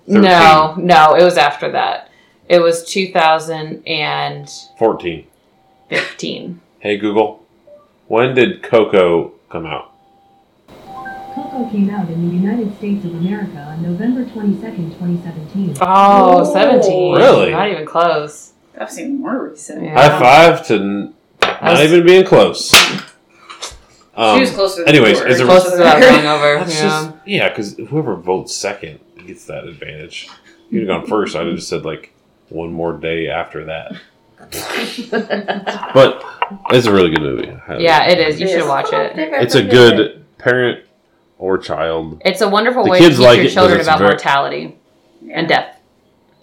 S3: No, no, it was after that. It was 2015.
S1: 14. Hey Google, when did Coco come out?
S7: Coco came out in the United States of America on November 22nd, 2017.
S3: Oh,
S2: Ooh.
S3: 17.
S1: Really?
S3: Not even close.
S2: That seemed more recent.
S3: Yeah.
S1: High five to n- not
S3: That's-
S1: even being close. Um,
S2: she was closer. Than
S1: anyways,
S2: you were.
S1: is there-
S3: Close is about going over.
S1: That's
S3: yeah.
S1: just yeah, because whoever votes second gets that advantage. If You'd have gone first. I'd have just said like one more day after that. but it's a really good movie. I highly
S3: yeah, it
S1: recommend
S3: is. You
S2: It
S3: should
S2: is.
S3: watch it.
S1: It's a good parent or child.
S3: It's a wonderful
S1: The
S3: way to
S1: kids
S3: teach
S1: like it
S3: your
S1: 'cause
S3: children
S1: it's
S3: about
S1: very-
S3: mortality
S2: Yeah.
S3: and death.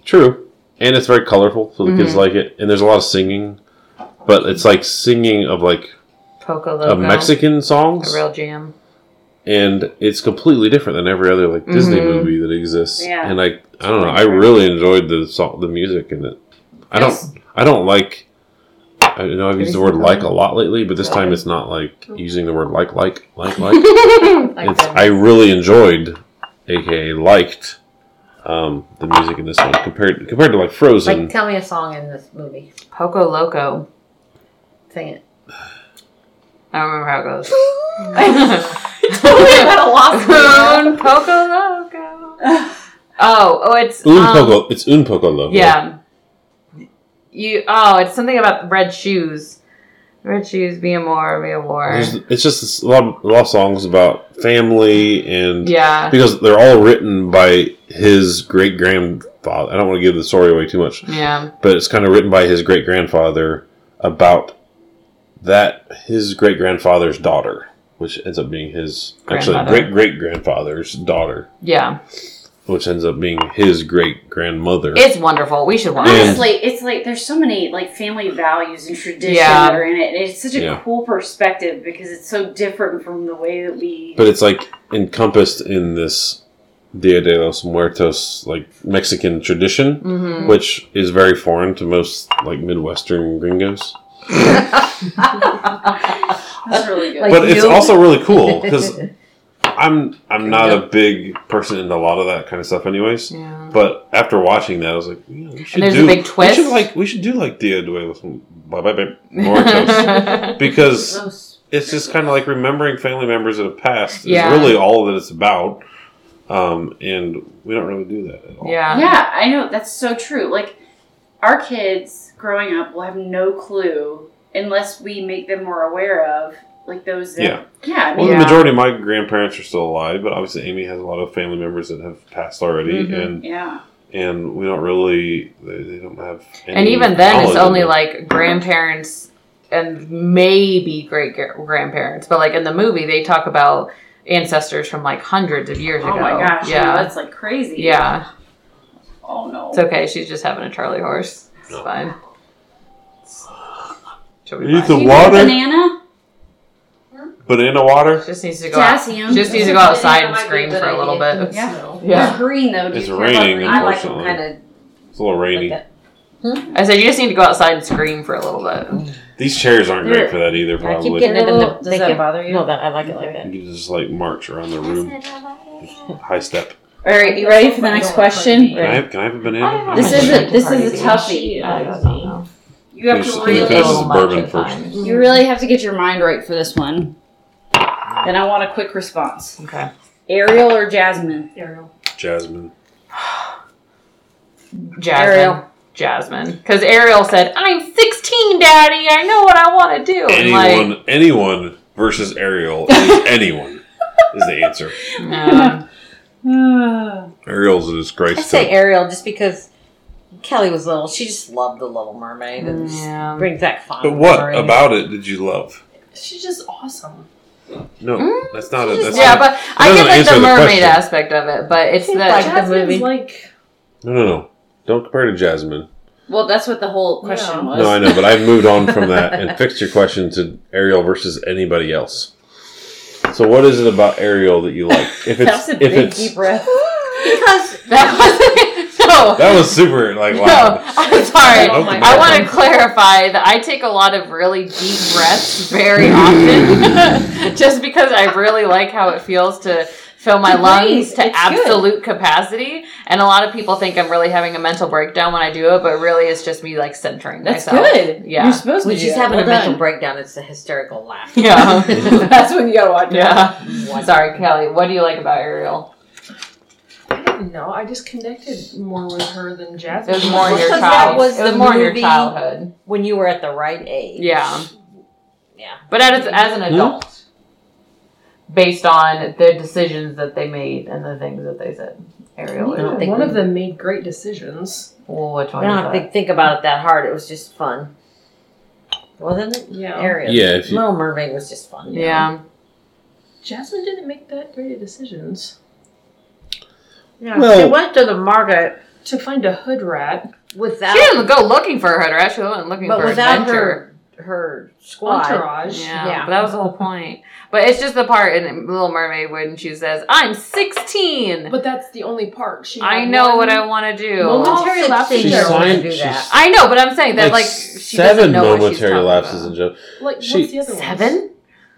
S1: True, and it's very colorful, so the kids like it. And there's a lot of singing, but it's like singing of like
S3: Poco
S1: of
S3: Loco.
S1: Mexican songs.
S3: A real jam.
S1: and it's completely different than every other like Disney
S3: Mhm.
S1: movie that exists.
S2: Yeah.
S1: And I, I don't know. I really enjoyed the song, the music in it. I don't, I don't like. I know I've used the word like a lot lately, but this time it's not like using the word like, like, like, like. It's, I really enjoyed, aka liked, um, the music in this one compared compared to like Frozen.
S4: Like, tell me a song in this movie.
S3: Poco Loco.
S4: Sing it.
S3: I don't remember how it goes.
S2: totally had a lost
S3: Oon Poco Loco. Oh, oh, it's
S1: un
S3: um,
S1: poco, it's un poco loco.
S3: Yeah. You oh, it's something about red shoes. Red shoes, be a more, be a war.
S1: There's- it's just this- a lot, of, a lot of songs about family and
S3: Yeah.
S1: because they're all written by his great grandfather. I don't want to give the story away too much,
S3: Yeah.
S1: but it's kind of written by his great grandfather about that his great grandfather's daughter, which ends up being his actually
S3: Grandmother.
S1: great great grandfather's daughter,
S3: Yeah.
S1: which ends up being his great grandmother.
S3: It's wonderful. We should watch it.
S1: And-
S2: Honestly, it's like there's so many like family values and traditions
S3: Yeah.
S2: that are in it. and It's such a
S1: Yeah.
S2: cool perspective because it's so different from the way that we.
S1: but it's like encompassed in this Dia de los Muertos like Mexican tradition,
S3: Mhm.
S1: which is very foreign to most like Midwestern gringos.
S2: That's really good.
S4: Like-
S1: but it's
S4: you-
S1: also really cool because I'm I'm not a big person into a lot of that kind of stuff, anyways.
S3: Yeah.
S1: But after watching that, I was like, yeah, we should
S3: there's a
S1: do
S3: big
S1: We
S3: twist.
S1: should like we should do like Dia de los Muertos because it's just kind of like remembering family members that have passed. Is
S3: Yeah.
S1: really all that it's about. Um, and we don't really do that at all.
S3: yeah.
S2: yeah, I know that's so true. Like our kids growing up will have no clue unless we make them more aware of like those. That,
S1: Yeah.
S2: yeah. I
S1: Well,
S2: mean,
S3: Yeah.
S1: the majority of my grandparents are still alive, but obviously Amy has a lot of family members that have passed already,
S3: Mhm.
S1: and
S2: yeah.
S1: and we don't really they, they don't have. Any
S3: And even then,
S1: knowledge
S3: it's
S1: of
S3: only
S1: it.
S3: like grandparents and maybe great gra- grandparents. But like in the movie, they talk about ancestors from like hundreds of years
S2: Oh
S3: ago.
S2: my gosh. Yeah.
S3: Yeah.
S2: that's like crazy.
S3: yeah.
S2: Oh no.
S3: It's okay. She's just having a Charlie horse. It's fine. She'll be
S1: You
S3: fine.
S1: The
S2: Do you want
S1: water-
S2: banana.
S1: banana water.
S3: Just needs to go. Out.
S2: Potassium.
S3: Just needs to go outside and scream for a little bit.
S2: Yeah.
S3: Yeah.
S2: They're green though. Do
S1: It's
S2: you care about
S1: raining,
S2: green?
S4: I like them
S1: Unfortunately.
S4: kind of
S1: It's a little rainy.
S4: that.
S3: I said you just need to go outside and scream for a little bit.
S1: These chairs aren't great for that either.
S6: I keep
S1: Probably
S6: getting it in the.
S4: Does that bother you?
S6: No, that, I like it like that.
S1: you can just like march around the room, high step.
S2: All right, you ready for the next question?
S1: Can I have, can I have a banana?
S2: This
S1: I'm
S2: isn't. This is a
S3: Party.
S2: toughie. You have
S1: Finish-
S2: to
S1: let me
S2: really,
S1: finish this
S3: Little
S1: bourbon
S3: much at
S1: first.
S3: times.
S2: you really have to get your mind right for this one. And I want a quick response.
S3: Okay.
S2: Ariel or Jasmine?
S1: Jasmine.
S3: Jasmine.
S2: Ariel.
S3: Jasmine. Because Ariel said, I'm 16, Daddy. I know what I want to do. And
S1: Anyone, anyone versus Ariel is anyone is the answer.
S3: like, um,
S1: Ariel's a
S6: I
S1: disgrace.
S6: say
S1: To,
S6: Ariel just because Kelly was little. She just loved the Little Mermaid and just
S3: yeah.
S6: brings that fond.
S1: but what
S6: memory.
S1: about it did you love?
S5: She's just awesome.
S1: No,
S3: Mm,
S1: that's not. A,
S6: she's-
S1: that's
S3: Yeah,
S1: not,
S3: but I
S1: doesn't
S3: get like
S1: answer
S3: the
S1: the
S3: mermaid
S1: question.
S3: aspect of it, but it's the.
S6: like the
S5: Jasmine's
S6: movie.
S5: like
S1: no, no, no. Don't compare to Jasmine.
S2: Well, that's what the whole question
S5: Yeah.
S2: was.
S1: No, I know, but I've moved on from that and fixed your question to Ariel versus anybody else. So, what is it about Ariel that you like? If
S2: That
S1: it's
S2: was a
S1: if
S2: big
S1: it's
S2: deep breath.
S3: because that was. No.
S1: that was super like
S3: No,
S1: loud.
S3: I'm sorry.
S1: Oh my
S3: I
S1: God.
S3: want to clarify that I take a lot of really deep breaths very often, just because I really like how it feels to fill my
S2: To
S3: lungs
S2: breathe.
S3: to
S2: It's
S3: absolute capacity. And a lot of people think I'm really having a mental breakdown when I do it, but really it's just me like centering
S2: That's
S3: myself.
S2: good.
S3: Yeah.
S2: You're supposed to
S6: When
S2: do
S6: she's
S2: that.
S6: having a
S2: Well
S6: mental
S2: done.
S6: breakdown, it's a hysterical laugh.
S3: Yeah.
S2: That's when you gotta watch it.
S3: yeah.
S6: What?
S3: Sorry, Kelly. What do you like about Ariel?
S5: I don't know. I just connected more with her than
S3: It
S5: Jasmine.
S3: was more in your
S6: Because
S3: childhood.
S6: that was
S3: it was
S6: the
S3: more in
S6: movie-
S3: your childhood.
S6: When you were at the right age.
S3: Yeah.
S6: Yeah.
S3: But as, as
S5: Hmm?
S1: Hmm?
S3: an adult, based on the decisions that they made and the things that they said. Ariel,
S5: Neither
S6: I don't think
S5: one
S6: we-
S5: of them made great decisions.
S3: well, which
S6: I
S3: one?
S6: don't have
S3: is
S6: to think about it that hard. It was just fun. Wasn't it?
S5: Yeah.
S6: Ariel.
S1: Yeah, if you,
S6: Little Mermaid was just fun.
S3: that? Yeah.
S5: Jasmine didn't make that great of decisions.
S6: yeah.
S1: Well-
S6: she went to the market
S5: To find a hood rat.
S6: without.
S3: she didn't go looking for her. She wasn't looking
S6: but
S3: for
S6: without
S3: adventure.
S6: her her squad.
S5: Entourage.
S3: Yeah,
S6: Yeah.
S3: but that was the whole point. But it's just the part in Little Mermaid when she says, "I'm 16.
S5: But that's the only part. She
S3: I
S5: had
S3: know
S5: one-
S3: what I want to do."
S5: Moment- Momentary
S6: All
S5: lapses
S1: She
S5: there.
S6: 16-year-olds
S1: signed.
S6: do
S1: She's
S6: that.
S3: I know, but I'm saying that
S1: like,
S3: like, she
S1: seven
S3: doesn't know what she's
S1: momentary
S3: talking
S1: lapses
S3: about.
S1: in Jeff.
S5: Like,
S1: She-
S5: what's the other one?
S3: Seven?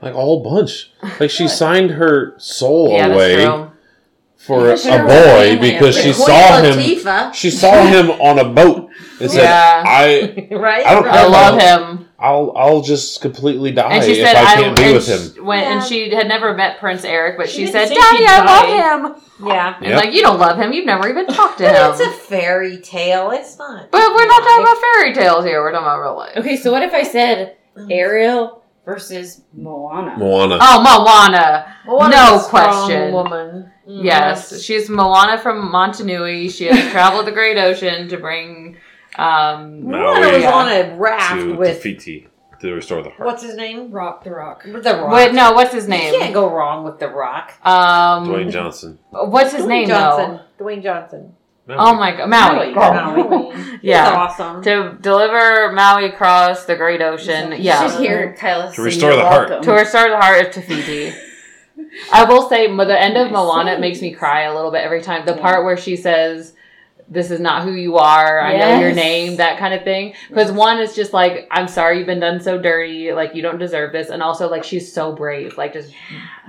S1: Like a whole bunch. Like she signed her soul
S3: Yeah,
S1: away
S3: that's true.
S1: for a,
S2: Because you're
S1: boy
S2: a family
S1: because
S2: affair.
S1: she
S2: Queen
S1: saw him.
S6: Latifah,
S1: She saw him on a boat and said,
S3: Yeah.
S1: "I,
S6: right?
S1: I don't-
S3: I love him.
S1: I'll, I'll just completely die
S3: And she
S1: if
S3: said,
S1: I
S3: "I
S1: can't be
S3: and
S1: with
S3: she-
S1: him."
S3: When, And
S6: Yeah.
S3: she had never met Prince Eric, but she,
S5: She didn't
S3: said,
S5: say
S3: "Daddy,
S5: she
S3: I love him."
S6: Yeah.
S3: And
S1: Yep.
S3: like, you don't love him. You've never even talked to
S6: But it's
S3: him.
S6: a fairy tale. It's not.
S3: But we're not talking about fairy tales here. We're talking about real life.
S2: Okay, so what if I said Ariel versus Moana?
S1: Moana.
S3: Oh, Moana.
S6: Moana's
S3: No
S6: a strong
S3: question.
S6: Woman.
S3: Yes, she's Moana from Montanui. She has traveled the great ocean to bring. Um,
S6: Moana was
S3: yeah.
S6: on a raft
S1: to
S6: with
S1: Tafiti to restore the heart.
S6: what's his name?
S5: Rock the Rock.
S6: With The Rock.
S3: what? No, what's his
S6: You can't
S3: name?
S6: go wrong with The Rock.
S1: Dwayne
S3: Um,
S1: Johnson.
S3: what's his
S6: Dwayne
S3: name
S6: Johnson.
S3: though?
S6: Dwayne Johnson.
S3: Oh my god, Maui.
S6: Maui. He's
S3: Yeah,
S6: awesome.
S3: to deliver Maui across the great ocean. Yeah,
S2: You should hear Kyla sing
S1: restore
S2: You're
S1: the heart.
S2: Welcome.
S3: To restore the heart of Tafiti. I will say, mo- the end of Moana makes me cry a little bit every time. The part where she says, This is not who you are. I know your
S2: Yes.
S3: name, that kind of thing. Because one is just like, I'm sorry you've been done so dirty. Like, you don't deserve this. And also, like, she's so brave. Like, just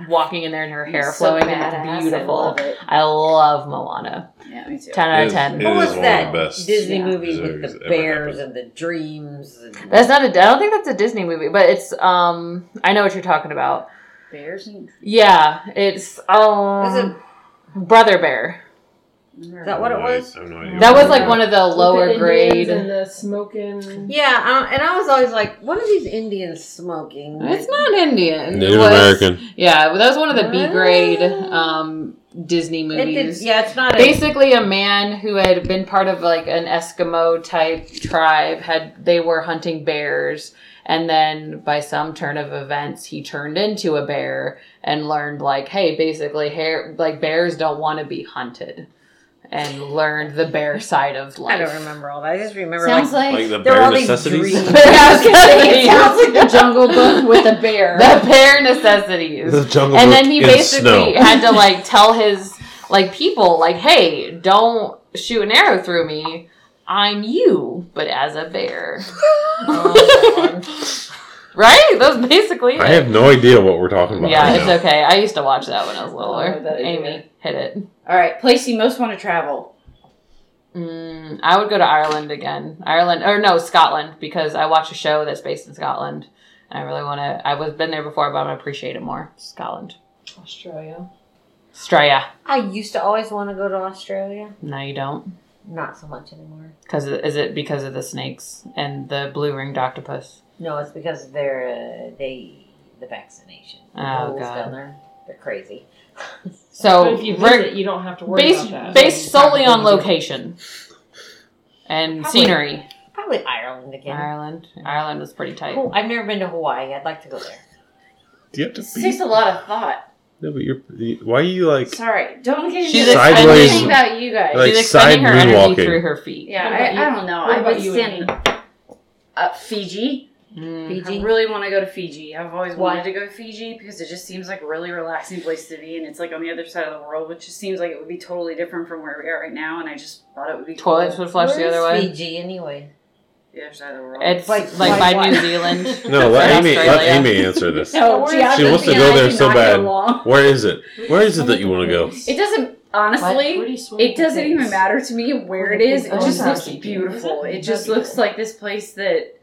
S3: walking in there and her
S2: So
S3: hair flowing.
S2: badass,
S3: and
S2: I
S3: it's beautiful.
S2: love it.
S3: I love Moana.
S2: Yeah, me too.
S3: 10 out of 10.
S1: It
S6: What
S1: is
S6: was
S1: one of
S6: that
S1: the best
S6: Disney
S2: Yeah.
S6: movie
S1: That
S6: with
S1: has
S6: the
S1: ever
S6: bears
S1: happened.
S6: and the dreams? And
S3: That's not a, I don't think that's a Disney movie, but it's, um, I know what you're talking about.
S2: Bears and
S3: Yeah, it's, um,
S6: Was it-
S3: Brother Bear.
S6: Is that what it was?
S1: I have no idea.
S3: That
S1: what
S3: was like one of the
S5: With
S3: lower
S5: the Indians
S3: grade.
S5: and the smoking.
S6: Yeah, I, and I was always like, what are these Indians smoking?
S3: It's not Indian. It
S1: Native
S3: was-
S1: American.
S3: Yeah, but that was one of the B grade
S6: Ah.
S3: um, Disney
S6: It did-
S3: movies.
S6: yeah, it's not. A,
S3: Basically, a man who had been part of like an Eskimo type tribe had they were hunting bears, and then by some turn of events, he turned into a bear and learned like, hey, basically, hair like bears don't want to be hunted, and learned the bear side of
S6: I
S3: life.
S6: don't remember all that. I just remember
S2: sounds
S6: like,
S2: like,
S1: Like the
S6: there were
S1: bare
S6: all these
S1: necessities.
S6: dreams.
S2: it sounds like the Jungle Book with a bear.
S3: the bear necessities.
S1: The jungle
S3: and
S1: book
S3: then he
S1: in
S3: basically
S1: snow.
S3: had to like tell his like people like hey don't shoot an arrow through me i'm you but as a bear
S6: um,
S3: right that's basically it
S1: I have no idea what we're talking about.
S3: yeah
S1: right
S3: it's
S1: now.
S3: okay i used to watch that when i was littler
S5: Oh, that is
S3: amy hit it
S2: All right, place you most want to travel.
S3: mm, i would go to ireland again ireland or no scotland because i watch a show that's based in scotland and i really want to i was been there before but i'm gonna appreciate it more scotland
S5: Australia.
S3: australia
S6: I used to always want to go to Australia.
S3: no you don't
S6: Not so much anymore.
S3: Because is it because of the snakes and the blue ringed octopus?
S6: No, it's because they're uh, they the vaccination. The
S3: Oh,
S6: rules
S3: God.
S6: down there, they're crazy.
S3: So Oh.
S5: but if you
S3: we're-
S5: visit, you don't have to worry
S3: based
S5: about that.
S3: based solely on
S5: Probably.
S3: location and
S6: Probably.
S3: scenery.
S6: Probably Ireland again.
S3: Ireland, Ireland was pretty tight.
S6: Oh, I've never been to Hawaii. I'd like to go there.
S1: Do you have to
S2: This
S1: be?
S2: takes a lot of thought.
S1: No, but you're. Why are you like?
S2: Sorry, don't get
S3: She's
S2: into
S1: Sideways-
S2: anything about you guys.
S1: Like
S3: She's expending
S1: side
S3: her energy
S1: moonwalking.
S3: through her feet.
S2: yeah,
S5: What about
S2: I, I
S5: you?
S2: don't know.
S5: What
S2: I
S5: about
S2: would
S5: you,
S2: send
S5: Amy?
S2: uh, Fiji.
S3: Mm.
S6: Fiji.
S2: I really want to go to Fiji. I've always
S6: Why?
S2: wanted to go to Fiji because it just seems like a really relaxing place to be, and it's like on the other side of the world, which just seems like it would be totally different from where we are right now. And I just thought it would be cool.
S3: Toilets would flush the
S6: Where
S3: other
S6: is
S3: way.
S6: Fiji anyway.
S2: the other side of the world.
S3: It's like,
S6: Like-
S3: like
S6: like
S3: by
S6: what?
S3: New Zealand.
S1: No, let
S3: Like
S1: Amy. Let
S3: Australia.
S1: Amy answer this.
S2: no,
S1: She wants to
S2: geography
S1: go
S2: and I
S1: there
S2: do
S1: so
S2: not
S1: bad.
S2: get along.
S1: Where is it? Where is it that you want to go?
S2: It doesn't honestly.
S5: Where do you swim
S2: It
S5: with the
S2: doesn't even
S5: pigs?
S2: matter to me where it is. It just looks beautiful. It just looks like this place that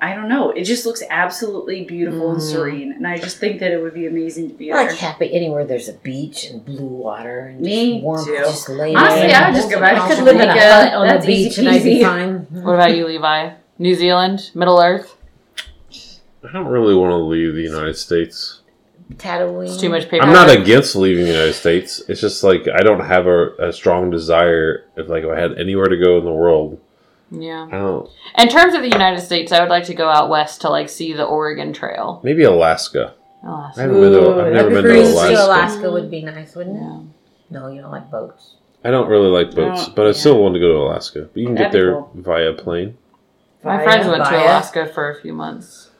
S2: I don't know. It just looks absolutely beautiful and
S3: Mm.
S2: serene, and I just think that it would be amazing to be
S6: I like
S2: there.
S6: happy anywhere there's a beach and blue water and just
S2: Me
S6: warm,
S2: too.
S6: just lay
S2: Honestly,
S6: there.
S2: I would just go back to
S6: I could live in a
S2: Jamaica.
S6: hut on
S2: That's
S6: the beach
S2: easy
S6: and I'd be
S2: peasy.
S6: fine.
S3: What about you, Levi? New Zealand, Middle Earth.
S1: I don't really want to leave the United States.
S6: Tatooine.
S3: It's too much paper.
S1: I'm not against leaving the United States. It's just like I don't have a, a strong desire. If like if I had anywhere to go in the world,
S3: Yeah.
S1: I don't.
S3: In terms of the United States, I would like to go out west to like see the Oregon Trail.
S1: Maybe Alaska. I
S3: Alaska.
S1: haven't been to.
S5: Ooh,
S1: I've
S5: that'd
S1: never
S5: be
S1: been
S5: great.
S1: to
S6: cruise
S1: Alaska.
S6: to Alaska would be nice, wouldn't it?
S3: Yeah.
S6: No, you don't like boats.
S1: I don't really like boats,
S2: Oh,
S1: but I
S2: yeah.
S1: still want to go to Alaska. But you can get
S2: That'd be
S1: there
S2: cool.
S1: via plane.
S3: My
S4: Buy
S3: friends
S4: it,
S3: went to
S4: buy it.
S3: Alaska for a few months.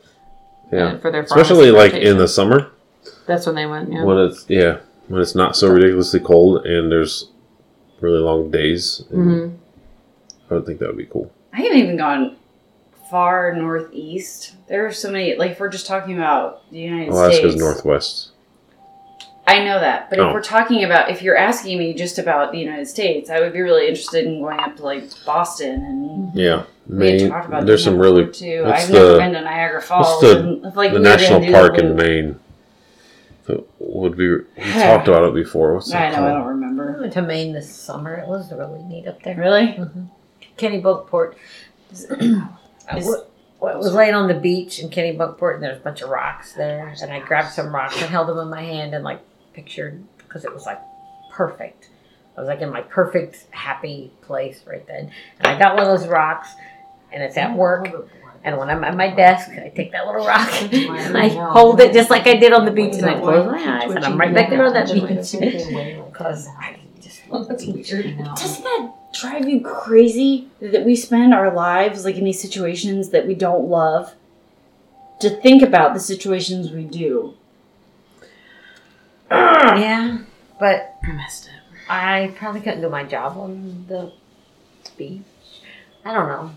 S1: Yeah.
S3: uh, For their farmers
S1: Especially like in
S3: rotation.
S1: the summer
S3: That's when they went. Yeah.
S1: when it's yeah when it's not so ridiculously cold and there's really long days. And
S3: hmm
S1: I don't think that would be cool.
S2: I haven't even gone far northeast. There are so many. Like if we're just talking about the United
S1: Alaska's
S2: States,
S1: northwest.
S2: I know that, but
S1: Oh.
S2: if we're talking about, if you're asking me just about the United States, I would be really interested in going up to like Boston and.
S1: Yeah,
S2: we had
S1: Maine.
S2: talked about
S1: There's
S2: that
S1: some really
S2: before, Too.
S1: what's
S2: I've never
S1: the-
S2: been to Niagara Falls.
S1: the-
S2: and, like,
S1: the
S2: we were gonna
S1: national
S2: do
S1: park
S2: the
S1: in
S2: whole-
S1: Maine. That would be we talked about it before. What's
S2: I
S1: that
S2: know. I
S1: called?
S2: don't remember.
S6: went to Maine this summer. It was really neat up there. Mm-hmm.
S2: Really?
S6: Kenny Bunkport. Well, I was laying on the beach in Kenny Bunkport, and there's a bunch of rocks there. And I grabbed some rocks and held them in my hand and like pictured because it was like perfect. I was like in my perfect happy place right then. And I got one of those rocks, and it's at work. And when I'm at my desk, I take that little rock and I hold it just like I did on the beach, and I close my eyes, and I'm right back there on that beach. Because I just love the beach.
S2: Doesn't that drive you crazy that we spend our lives like in these situations that we don't love? To think about the situations we do.
S6: Yeah, but
S3: I missed it.
S6: I probably couldn't do my job on the beach. I don't know.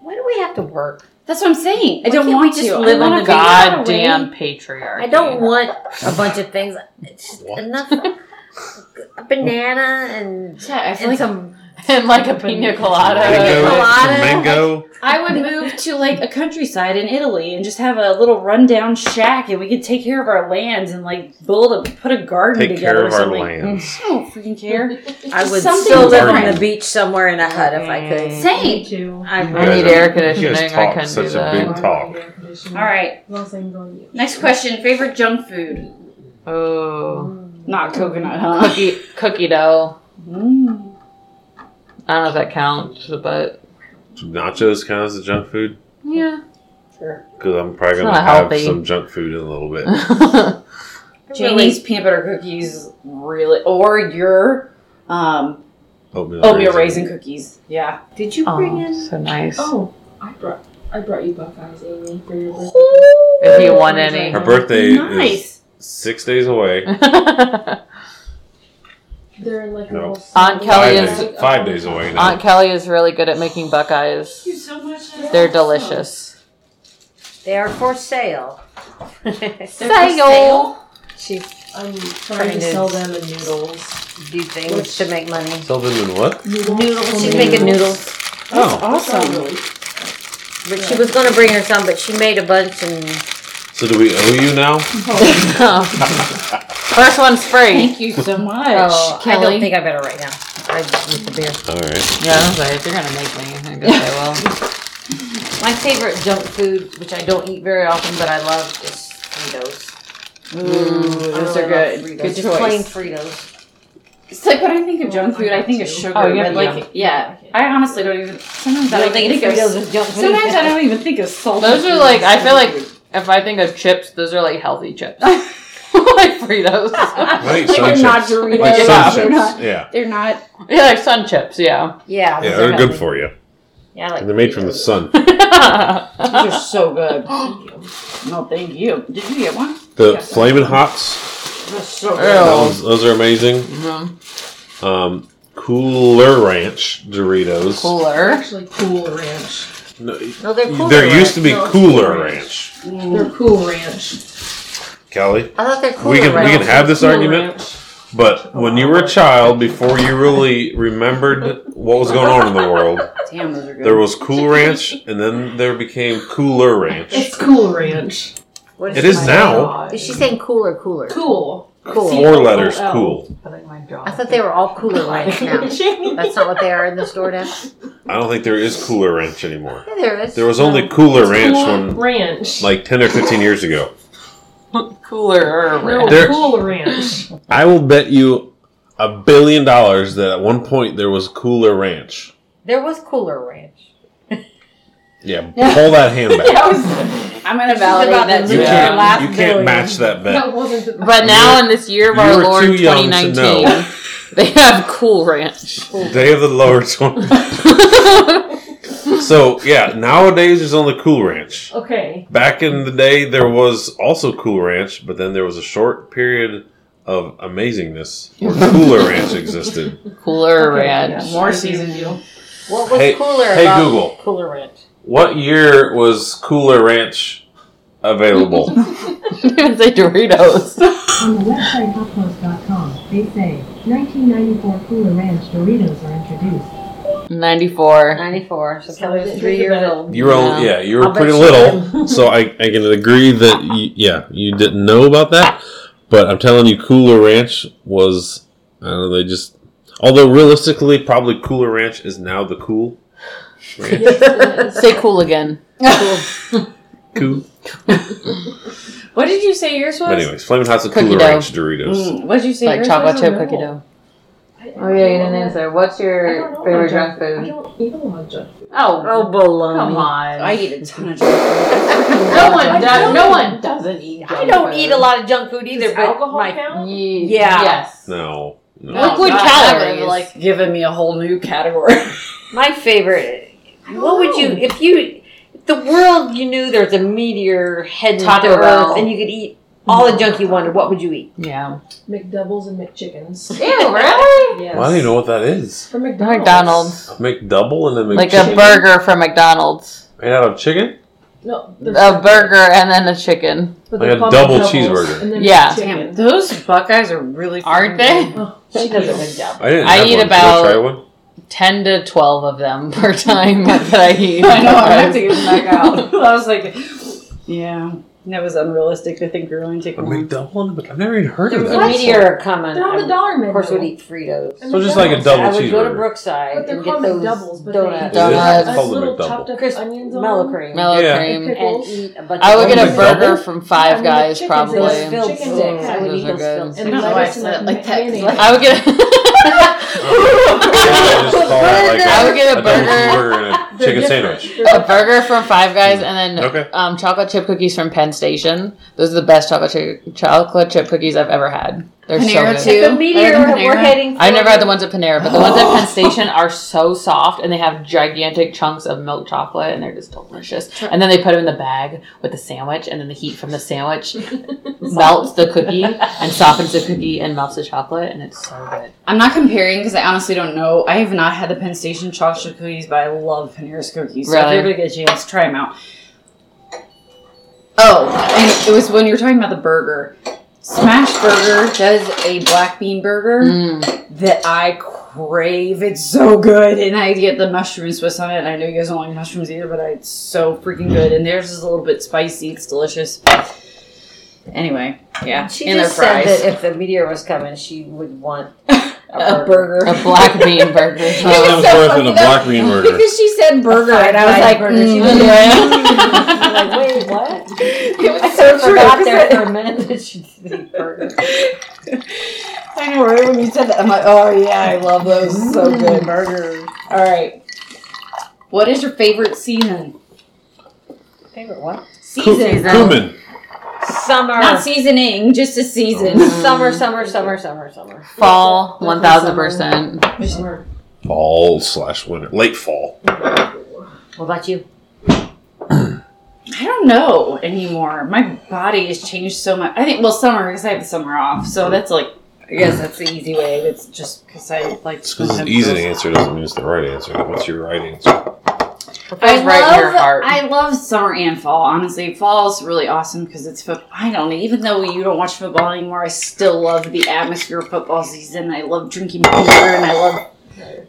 S6: Why do we have to work?
S2: That's what I'm saying. I
S6: Why
S2: don't
S6: can't
S2: want
S6: we just
S2: to. I
S3: Live
S2: wanna
S3: in the
S2: figure out a way.
S3: goddamn patriarchy.
S6: I don't want a bunch of things. It's just
S1: What?
S6: enough. a banana and,
S2: Yeah, I feel
S6: and
S2: like
S6: some.
S3: and like a pina colada.
S1: Mango,
S6: Colada.
S1: some mango.
S2: I would move to like a countryside in Italy and just have a little rundown shack, and we could take care of our lands and like build a put a garden
S1: Take
S2: together
S1: care of
S2: or
S1: our
S2: something.
S1: lands.
S2: I don't freaking care.
S6: I would
S2: something
S6: still live on
S1: different.
S6: the beach somewhere in a hut if I could.
S2: Same.
S6: I
S1: You
S3: I
S1: guys
S3: need
S1: are-
S3: air
S1: you guys
S3: conditioning. I
S1: talk
S3: couldn't
S1: such
S3: do
S1: a
S3: that.
S1: big talk.
S2: All right. Next question. Favorite junk food?
S3: Oh,
S2: Not coconut, huh?
S3: cookie cookie dough.
S2: Mm.
S3: I don't know if that counts, but
S1: Nachos kind of as a junk food
S3: yeah.
S1: because I'm probably
S3: It's
S1: gonna
S3: not
S1: have
S3: healthy.
S1: some junk food in a little bit.
S2: Janie's peanut butter cookies, really, or your um,
S1: Oatmeal,
S2: oatmeal raisin cookies. Yeah.
S5: Did you bring
S3: oh,
S5: in?
S3: so nice.
S5: Oh, I brought I brought you Buckeyes, Amy, for your birthday.
S3: If you want any.
S1: Her birthday is
S2: Nice.
S1: six days away.
S3: Aunt
S5: They're in like a
S1: No.
S5: little
S3: Aunt Kelly
S1: Five
S3: is-
S1: days, five days away now.
S3: Kelly is really good at making buckeyes.
S2: you so much.
S3: They're delicious.
S6: They are for sale.
S3: Sale.
S5: I'm trying
S6: Trying
S5: to
S6: to-
S5: sell them in noodles.
S6: Do things to make money.
S1: Sell them in what?
S5: Noodles.
S6: She's making noodles.
S1: Oh,
S5: Awesome.
S6: But she was going to bring her some, but she made a bunch and
S1: so do we owe you now?
S3: First one's free.
S2: Thank you so much,
S6: oh, I
S2: Kelly.
S6: don't think I better right now. I need the beer.
S1: All right.
S3: Yeah, I was like, if you're gonna make me, I guess I will.
S6: My favorite junk food, which I don't eat very often, but I love, is Fritos.
S2: Ooh,
S6: I
S2: those
S6: really
S2: are good.
S6: love Fritos.
S2: Good
S6: Just
S2: choice.
S6: plain Fritos.
S2: It's like when I think of junk food, I think of sugar.
S3: Oh, yeah,
S2: but like, yeah. I honestly don't even. Sometimes I
S6: You
S2: don't think of.
S6: Fritos is junk food.
S2: Sometimes I don't even think of salt.
S3: Those are like, I feel like if I think of chips, those are like healthy chips. like Fritos.
S1: I think
S2: like
S1: sun
S2: they're not
S1: chips.
S2: Doritos.
S1: Like
S2: yeah,
S1: sun
S2: they're
S1: chips.
S2: not.
S1: Yeah.
S2: They're not.
S3: yeah, like sun chips, yeah.
S6: yeah,
S1: Yeah, they're good for you.
S6: Yeah, I like
S1: They're made from the sun.
S2: Those are so good. no, thank you. Did you get one?
S1: The flaming hots.
S2: That's so good.
S1: Those, those are amazing. Um, Cooler Ranch Doritos.
S3: Cooler.
S5: Actually, Cool Ranch.
S1: No,
S6: No, they're cool.
S1: there used to be
S5: No, it's
S1: Cooler
S5: Cooler
S1: Ranch.
S5: They're Cool Ranch.
S1: Kelly,
S6: I thought they're cool.
S1: we can we can
S6: around.
S1: have this
S5: Cool
S1: argument,
S5: Ranch.
S1: but when you were a child, before you really remembered what was going on in the world,
S2: Damn, those are good.
S1: there was Cool Ranch, and then there became Cooler Ranch.
S5: It's Cool Ranch.
S6: What
S1: It is
S6: she-
S1: now
S6: Is she saying cool or cooler?
S5: Cool.
S6: Cool.
S1: four letters cool. Oh.
S6: I thought they were all cooler ranch now. That's not what they are in the store now.
S1: I don't think there is Cooler Ranch anymore.
S6: Yeah, there is.
S1: There was only Cooler Ranch
S5: Cool
S1: when
S5: Ranch.
S1: like ten or fifteen years ago.
S3: Cooler.
S5: No,
S1: There-
S5: Cool Ranch.
S1: I will bet you a billion dollars that at one point there was Cooler Ranch.
S6: There was cooler ranch.
S1: Yeah, pull that hand back.
S2: I'm gonna validate
S6: about
S2: that.
S6: the
S1: You
S2: too.
S3: Yeah.
S1: can't,
S6: Last
S1: you can't
S6: billion.
S1: match that bet.
S5: That wasn't the
S3: But now in this year of
S1: you
S3: our
S1: were
S3: Lord
S1: too young to
S3: 2019, they have Cool Ranch.
S1: Day of the Lord. So yeah, nowadays there's only Cool Ranch.
S5: Okay.
S1: Back in the day, there was also Cool Ranch, but then there was a short period of amazingness where Cooler Ranch existed.
S3: Cooler
S5: Okay,
S3: ranch.
S5: yeah.
S7: More seasoned you.
S6: What was
S1: Hey-
S6: cooler
S1: hey,
S6: about
S1: Google.
S6: Cooler Ranch?
S1: What year was Cooler Ranch available?
S3: You can say Doritos.
S7: On the website HuffPost.com, they say 1994 Cooler Ranch Doritos are introduced.
S3: 94.
S6: 94. So
S5: So
S6: Kelly
S5: I
S6: was
S5: didn't
S6: three
S5: think
S6: years
S5: about it.
S6: old.
S1: You were
S3: No.
S1: only, yeah, you were
S6: I'll bet
S1: pretty
S6: she
S1: little, so I, I can agree that you, yeah you didn't know about that. But I'm telling you, Cooler Ranch was I don't know they just although realistically probably Cooler Ranch is now the cool ranch.
S3: Say cool again.
S1: cool.
S7: What did you say yours was?
S1: But anyways, Flamin' Hot's a
S3: Cookie
S1: Cooler
S3: dough.
S1: Ranch Doritos.
S7: Mm, what did you say
S3: Like
S7: yours
S3: chocolate
S7: was?
S3: chip cookie dough.
S5: Oh yeah, you didn't answer.
S3: What's
S5: I
S3: your
S5: don't know junk food. I don't eat a lot of junk food.
S3: Oh,
S6: Oh, baloney.
S3: come on.
S4: I eat a ton of junk.
S3: no one does.
S5: don't.
S3: No one doesn't eat.
S6: I don't eat a lot of junk food either,
S5: Does
S6: but
S5: alcohol
S6: my
S5: count?
S3: Yeah. Yes.
S1: No, no.
S3: Look Liquid
S4: Oh, God,
S3: calories.
S4: I've, Like given me a whole new category.
S6: My favorite. What would you if you if the world you knew there's a meteor heading
S3: Taco
S6: to
S3: Bell.
S6: Earth and you could eat all the junk you wanted? What would you eat?
S3: Yeah.
S5: McDoubles and McChickens.
S3: Ew, really?
S5: yes.
S1: Well, I don't even know what that is.
S5: From McDonald's.
S3: McDonald's.
S1: McDouble and then
S3: Like
S1: McChicken
S3: a burger from McDonald's.
S1: made out of chicken.
S5: No, the-
S3: A burger and then a chicken.
S5: but
S1: Like
S5: they're
S1: a
S5: called
S1: double
S5: McDoubles
S1: cheeseburger.
S5: and they're
S3: Yeah.
S5: McChicken.
S4: Those Buckeyes are really.
S3: Aren't they?
S5: Oh,
S4: She does a good job.
S1: I didn't.
S3: I
S1: have
S3: eat
S1: one. Should
S3: about-
S1: I try one?
S3: 10 to 12 of them per time that I eat.
S4: I know, I have to get them back out. I was like, yeah, that was unrealistic to think we were going to take
S1: A
S4: one.
S1: McDouble, but I've never even heard
S6: There
S1: of
S6: was
S1: that.
S6: a
S1: before.
S6: meteor coming.
S5: They're on the dollar menu.
S6: of course, we'd eat Fritos.
S5: And
S1: So just like a
S5: McDonald's.
S1: double
S6: I would go to
S1: cheeseburger.
S6: Brookside
S5: But they're
S6: and get
S5: called
S6: those
S5: McDoubles, but
S6: donuts,
S5: they
S1: Is it?
S5: have
S1: It's called a
S5: little
S1: McDouble.
S5: chopped up
S6: Crisp
S5: onions on
S6: mellow
S5: them.
S6: cream,
S3: Mellow
S1: Yeah.
S3: cream.
S6: and eat a bunch.
S3: I would
S6: of
S3: get a
S1: McDouble?
S3: burger from Five
S5: I mean,
S3: Guys,
S5: chicken
S3: probably.
S5: sandwich.
S6: Those filled
S5: Chicken
S6: sticks. I would
S3: Those
S6: eat
S3: are
S6: those
S3: good.
S6: filled
S5: And
S6: sticks.
S5: the
S4: know why
S5: lettuce
S4: I
S5: and
S4: said it
S5: the
S4: like that.
S5: mayonnaise.
S3: I would get.
S1: I just call it like
S3: I would get a
S1: a double
S3: burger,
S1: burger and a chicken sandwich.
S3: a burger from Five Guys, and then
S1: Okay.
S3: um, chocolate chip cookies from Penn Station. Those are the best chocolate chip, chocolate chip cookies I've ever had. They're
S2: Panera
S3: so good.
S2: too?
S6: If a meteor
S2: Panera.
S6: were heading.
S3: I've never
S6: for-
S3: had the ones at Panera, but the ones at Penn Station are so soft, and they have gigantic chunks of milk chocolate, and they're just delicious. And then they put them in the bag with the sandwich, and then the heat from the sandwich melts the cookie and softens the cookie and melts the chocolate, and it's so good.
S2: I'm not comparing because I honestly don't know. I have not had the Penn Station chocolate cookies, but I love Panera's cookies. So if
S3: Really?
S2: you ever get a chance, try them out. Oh, and it was when you were talking about the burger. Smash Burger does a black bean burger that I crave. It's so good, and I get the mushroom Swiss on it. I know you guys don't like mushrooms either, but I, it's so freaking good. And theirs is a little bit spicy. It's delicious. Anyway, yeah,
S6: She
S2: and
S6: just
S2: their
S6: said
S2: fries.
S6: that if the meteor was coming, she would want
S2: a burger.
S3: A black bean burger.
S1: That
S2: was
S1: was
S2: so
S1: worse
S2: funny,
S1: than a
S2: though.
S1: black bean burger.
S2: Because she said burger, and I was
S6: Fried
S2: like,
S6: burger, she
S2: mm,
S6: was
S2: yeah.
S6: like, wait, what?
S2: it was
S6: I
S2: so true.
S6: forgot
S2: 'cause
S6: there
S2: I-
S6: for a minute that she did eat burger.
S2: I know, right when you said that, I'm like, oh yeah, I love those. So good.
S6: burger.
S2: All right. What is your favorite season?
S6: Favorite one?
S1: Cu-
S2: Season.
S1: Cumin.
S6: Summer. Mm.
S2: Not seasoning, just a season.
S6: Summer, summer, summer, summer, summer.
S3: Fall, one thousand percent.
S1: Fall slash winter. Late fall.
S6: What about you?
S2: I don't know anymore. My body has changed so much. I think, well, summer, because I have the summer off. So that's like, I guess that's the easy way. It's just because I like
S1: It's because it's easy to answer doesn't mean it's the right answer. What's your right answer?
S3: Feels right in your heart.
S2: I love summer and fall. Honestly, fall is really awesome because it's football. I don't even though you don't watch football anymore. I still love the atmosphere of football season. I love drinking beer and I love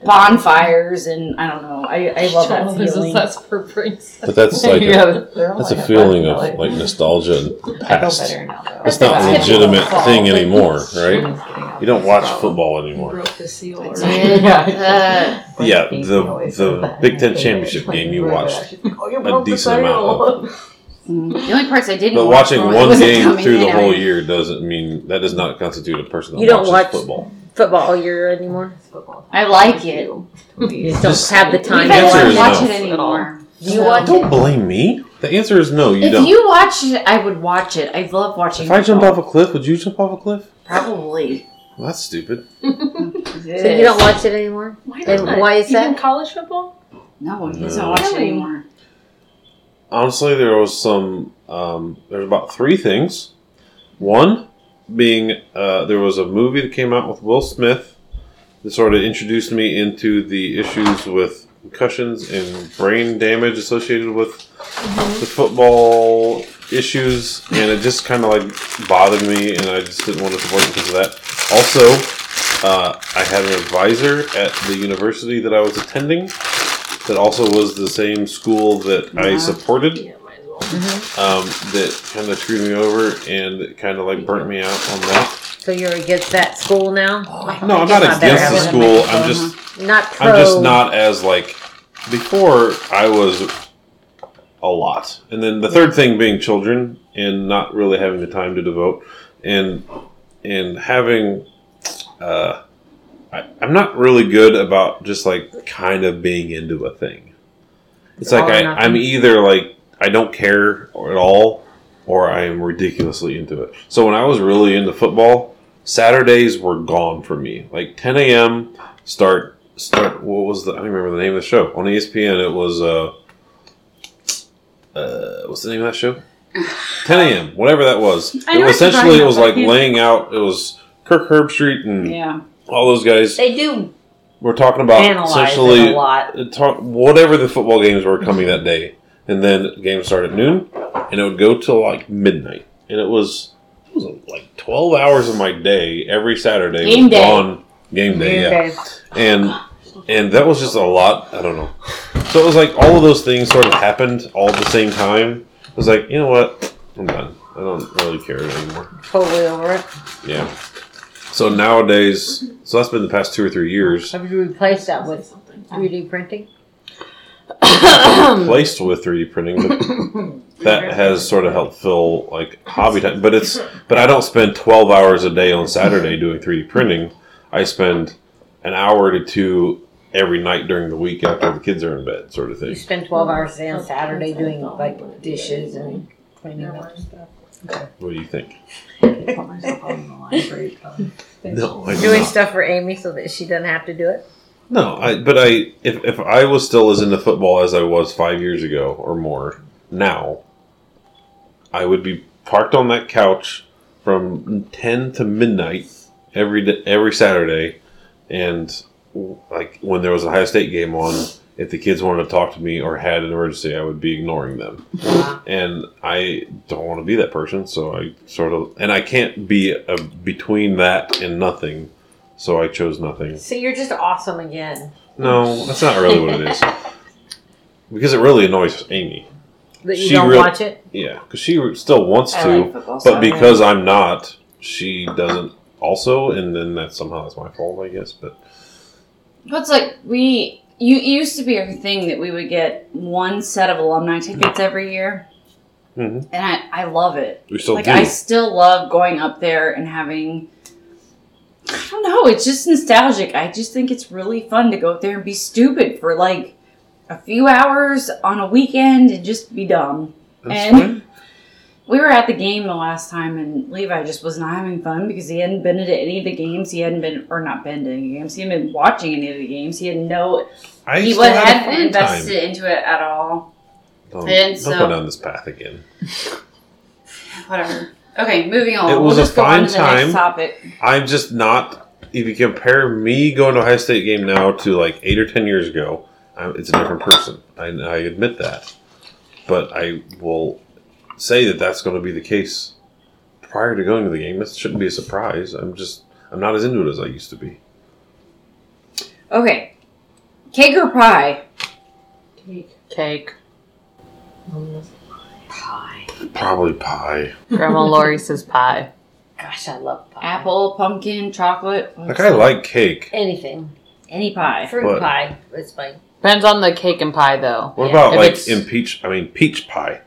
S2: bonfires and I don't know. I, I love that feeling.
S3: for princess.
S1: But that's like a,
S3: yeah,
S1: that's a feeling of like nostalgia and
S3: I feel
S1: past.
S3: better now. though.
S1: It's not a
S6: Typical
S1: legitimate
S6: fall.
S1: thing anymore, right?
S3: I'm kidding.
S1: You don't watch football anymore.
S5: Broke the seal already.
S2: Uh,
S3: yeah.
S1: Yeah, the the Big Ten championship game you watched
S2: oh,
S1: a decent amount of.
S2: Mm. The only parts I didn't.
S1: But
S2: watch
S1: watching
S2: were when it
S1: one
S2: wasn't
S1: game
S2: coming
S1: through the
S2: in.
S1: whole year doesn't mean that does not constitute a person that
S6: You don't
S1: watches
S6: watch-
S1: football.
S6: Football all year anymore?
S2: I like it. You
S6: You just don't have the time
S2: guys
S1: The answer
S2: don't
S1: is
S2: watch
S1: no.
S2: it anymore.
S6: Do you watch
S1: Don't blame me. The answer is no. You
S2: if
S1: don't.
S2: you watch it, I would watch it. I love watching.
S1: if I jumped
S2: football.
S1: off a cliff, would you jump off a cliff?
S2: probably.
S1: Well, that's stupid.
S6: So you don't watch it anymore?
S5: Why
S6: And
S5: not?
S6: why is
S5: Even
S6: that?
S5: college football?
S2: No, he doesn't
S1: No.
S2: watch it
S5: Really?
S2: anymore.
S1: Honestly, there was some. Um, There's about three things. One being uh, there was a movie that came out with Will Smith that sort of introduced me into the issues with concussions and brain damage associated with
S5: Mm-hmm.
S1: the football issues, and it just kind of like bothered me, and I just didn't want to support it because of that. Also, uh, I had an advisor at the university that I was attending that also was the same school that I
S2: Yeah.
S1: supported
S5: Yeah, might as well.
S1: um, that kind of screwed me over and kind of like burnt me out on that.
S6: So you're against that school now?
S1: No, I'm
S6: guess
S1: not
S6: I better
S1: against
S6: have
S1: the
S6: it in
S1: school.
S2: my
S1: I'm
S2: phone,
S1: just
S6: Not pro.
S1: I'm just not as like before. I was a lot, and then the third thing being children and not really having the time to devote, and and having. Uh, I, I'm not really good about just like kind of being into a thing. It's like
S6: all or
S1: I,
S6: nothing.
S1: I'm either like I don't care or- at all, or I am ridiculously into it. So when I was really into football, Saturdays were gone for me. Like 10 a.m. start start. What was the? I don't remember the name of the show on E ESPN. It was uh, uh, what's the name of that show? 10 a.m. Whatever that was.
S2: I
S1: It was
S2: know what you're
S1: essentially
S2: talking
S1: it was
S2: about.
S1: like laying out. It was Kirk Herbstreit and
S2: Yeah.
S1: all those guys.
S6: They do
S1: We're talking about
S6: analyze
S1: essentially
S6: it a lot.
S1: it talk, whatever the football games were coming that day, and then games start at noon, and it would go till like midnight, and it was it was like twelve hours of my day every Saturday
S4: Game
S1: was
S4: day.
S1: gone game day, yeah, and and that was just a lot. I don't know, so it was like all of those things sort of happened all at the same time. I was like, you know what, I'm done. I don't really care anymore.
S6: Totally over it.
S1: Yeah. So nowadays, so that's been the past two or three years.
S6: Have you replaced that with 3D printing?
S1: replaced with 3D printing, but that has sort of helped fill like hobby time. But it's but I don't spend 12 hours a day on Saturday doing 3D printing. I spend an hour to two every night during the week after the kids are in bed, sort of
S6: You
S1: thing.
S6: spend 12 hours a day on Saturday doing like dishes and cleaning up.
S1: What do you think?
S5: No.
S1: No, I do
S6: Doing
S1: not.
S6: stuff for Amy so that she doesn't have to do it.
S1: No, I but I if if I was still as into football as I was five years ago or more now, I would be parked on that couch from ten to midnight every d- every Saturday, and like when there was a high state game on, if the kids wanted to talk to me or had an emergency, I would be ignoring them,
S6: Uh-huh.
S1: and I don't want to be that person. So I sort of and I can't be a, between that and nothing. So I chose nothing.
S6: So you're just awesome again.
S1: No, that's not really what it is. Because it really annoys Amy.
S6: That you
S1: She
S6: don't
S1: real-
S6: watch it?
S1: Yeah, because she still wants
S5: I
S1: to,
S5: like football.
S1: but
S5: so-
S1: because I'm not, she doesn't also, and then that somehow is my fault, I guess. But
S2: But it's like we you it used to be a thing that we would get one set of alumni tickets every year.
S1: Mhm.
S2: And I, I love it.
S1: we still
S2: like
S1: do.
S2: I still love going up there and having I don't know, it's just nostalgic. I just think it's really fun to go up there and be stupid for like a few hours on a weekend and just be dumb.
S1: That's
S2: and-
S1: fine.
S2: We were at the game the last time, and Levi just was not having fun because he hadn't been to any of the games. He hadn't been, or not been to any games. He hadn't been watching any of the games. He had no,
S1: I
S2: he
S1: still
S2: wa-
S1: had a
S2: hadn't
S1: fun
S2: invested
S1: time.
S2: into it at all.
S1: Don't,
S2: and
S1: don't
S2: so-
S1: go down this path again.
S2: Whatever. Okay, moving on.
S1: It was a
S2: we'll just go on
S1: fine
S2: to the
S1: time.
S2: next topic.
S1: I'm just not. If you compare me going to a high state game now to like eight or ten years ago, I'm, it's a different person. I, I admit that, but I will say that that's going to be the case prior to going to the game. This shouldn't be a surprise. I'm just I'm not as into it as I used to be.
S2: Okay, cake or pie?
S3: Cake.
S1: Probably pie.
S3: Grandma Lori says pie.
S6: Gosh, I love pie.
S2: Apple, pumpkin, chocolate,
S1: Like I like cake.
S6: Anything.
S2: any pie.
S6: Fruit
S1: What?
S6: pie. It's fine.
S3: Depends on the cake and pie though.
S1: What about
S3: If
S1: like
S3: it's-
S1: impeach? I mean peach pie.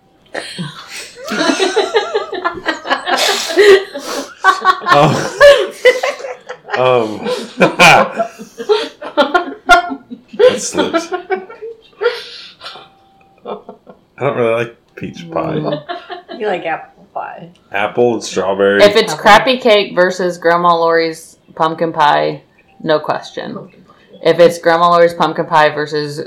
S1: um, um, that slipped. I don't really like peach pie.
S6: You like apple pie.
S1: Apple and strawberry.
S3: If it's crappy cake versus Grandma Lori's pumpkin pie, no question. If it's Grandma Lori's pumpkin pie versus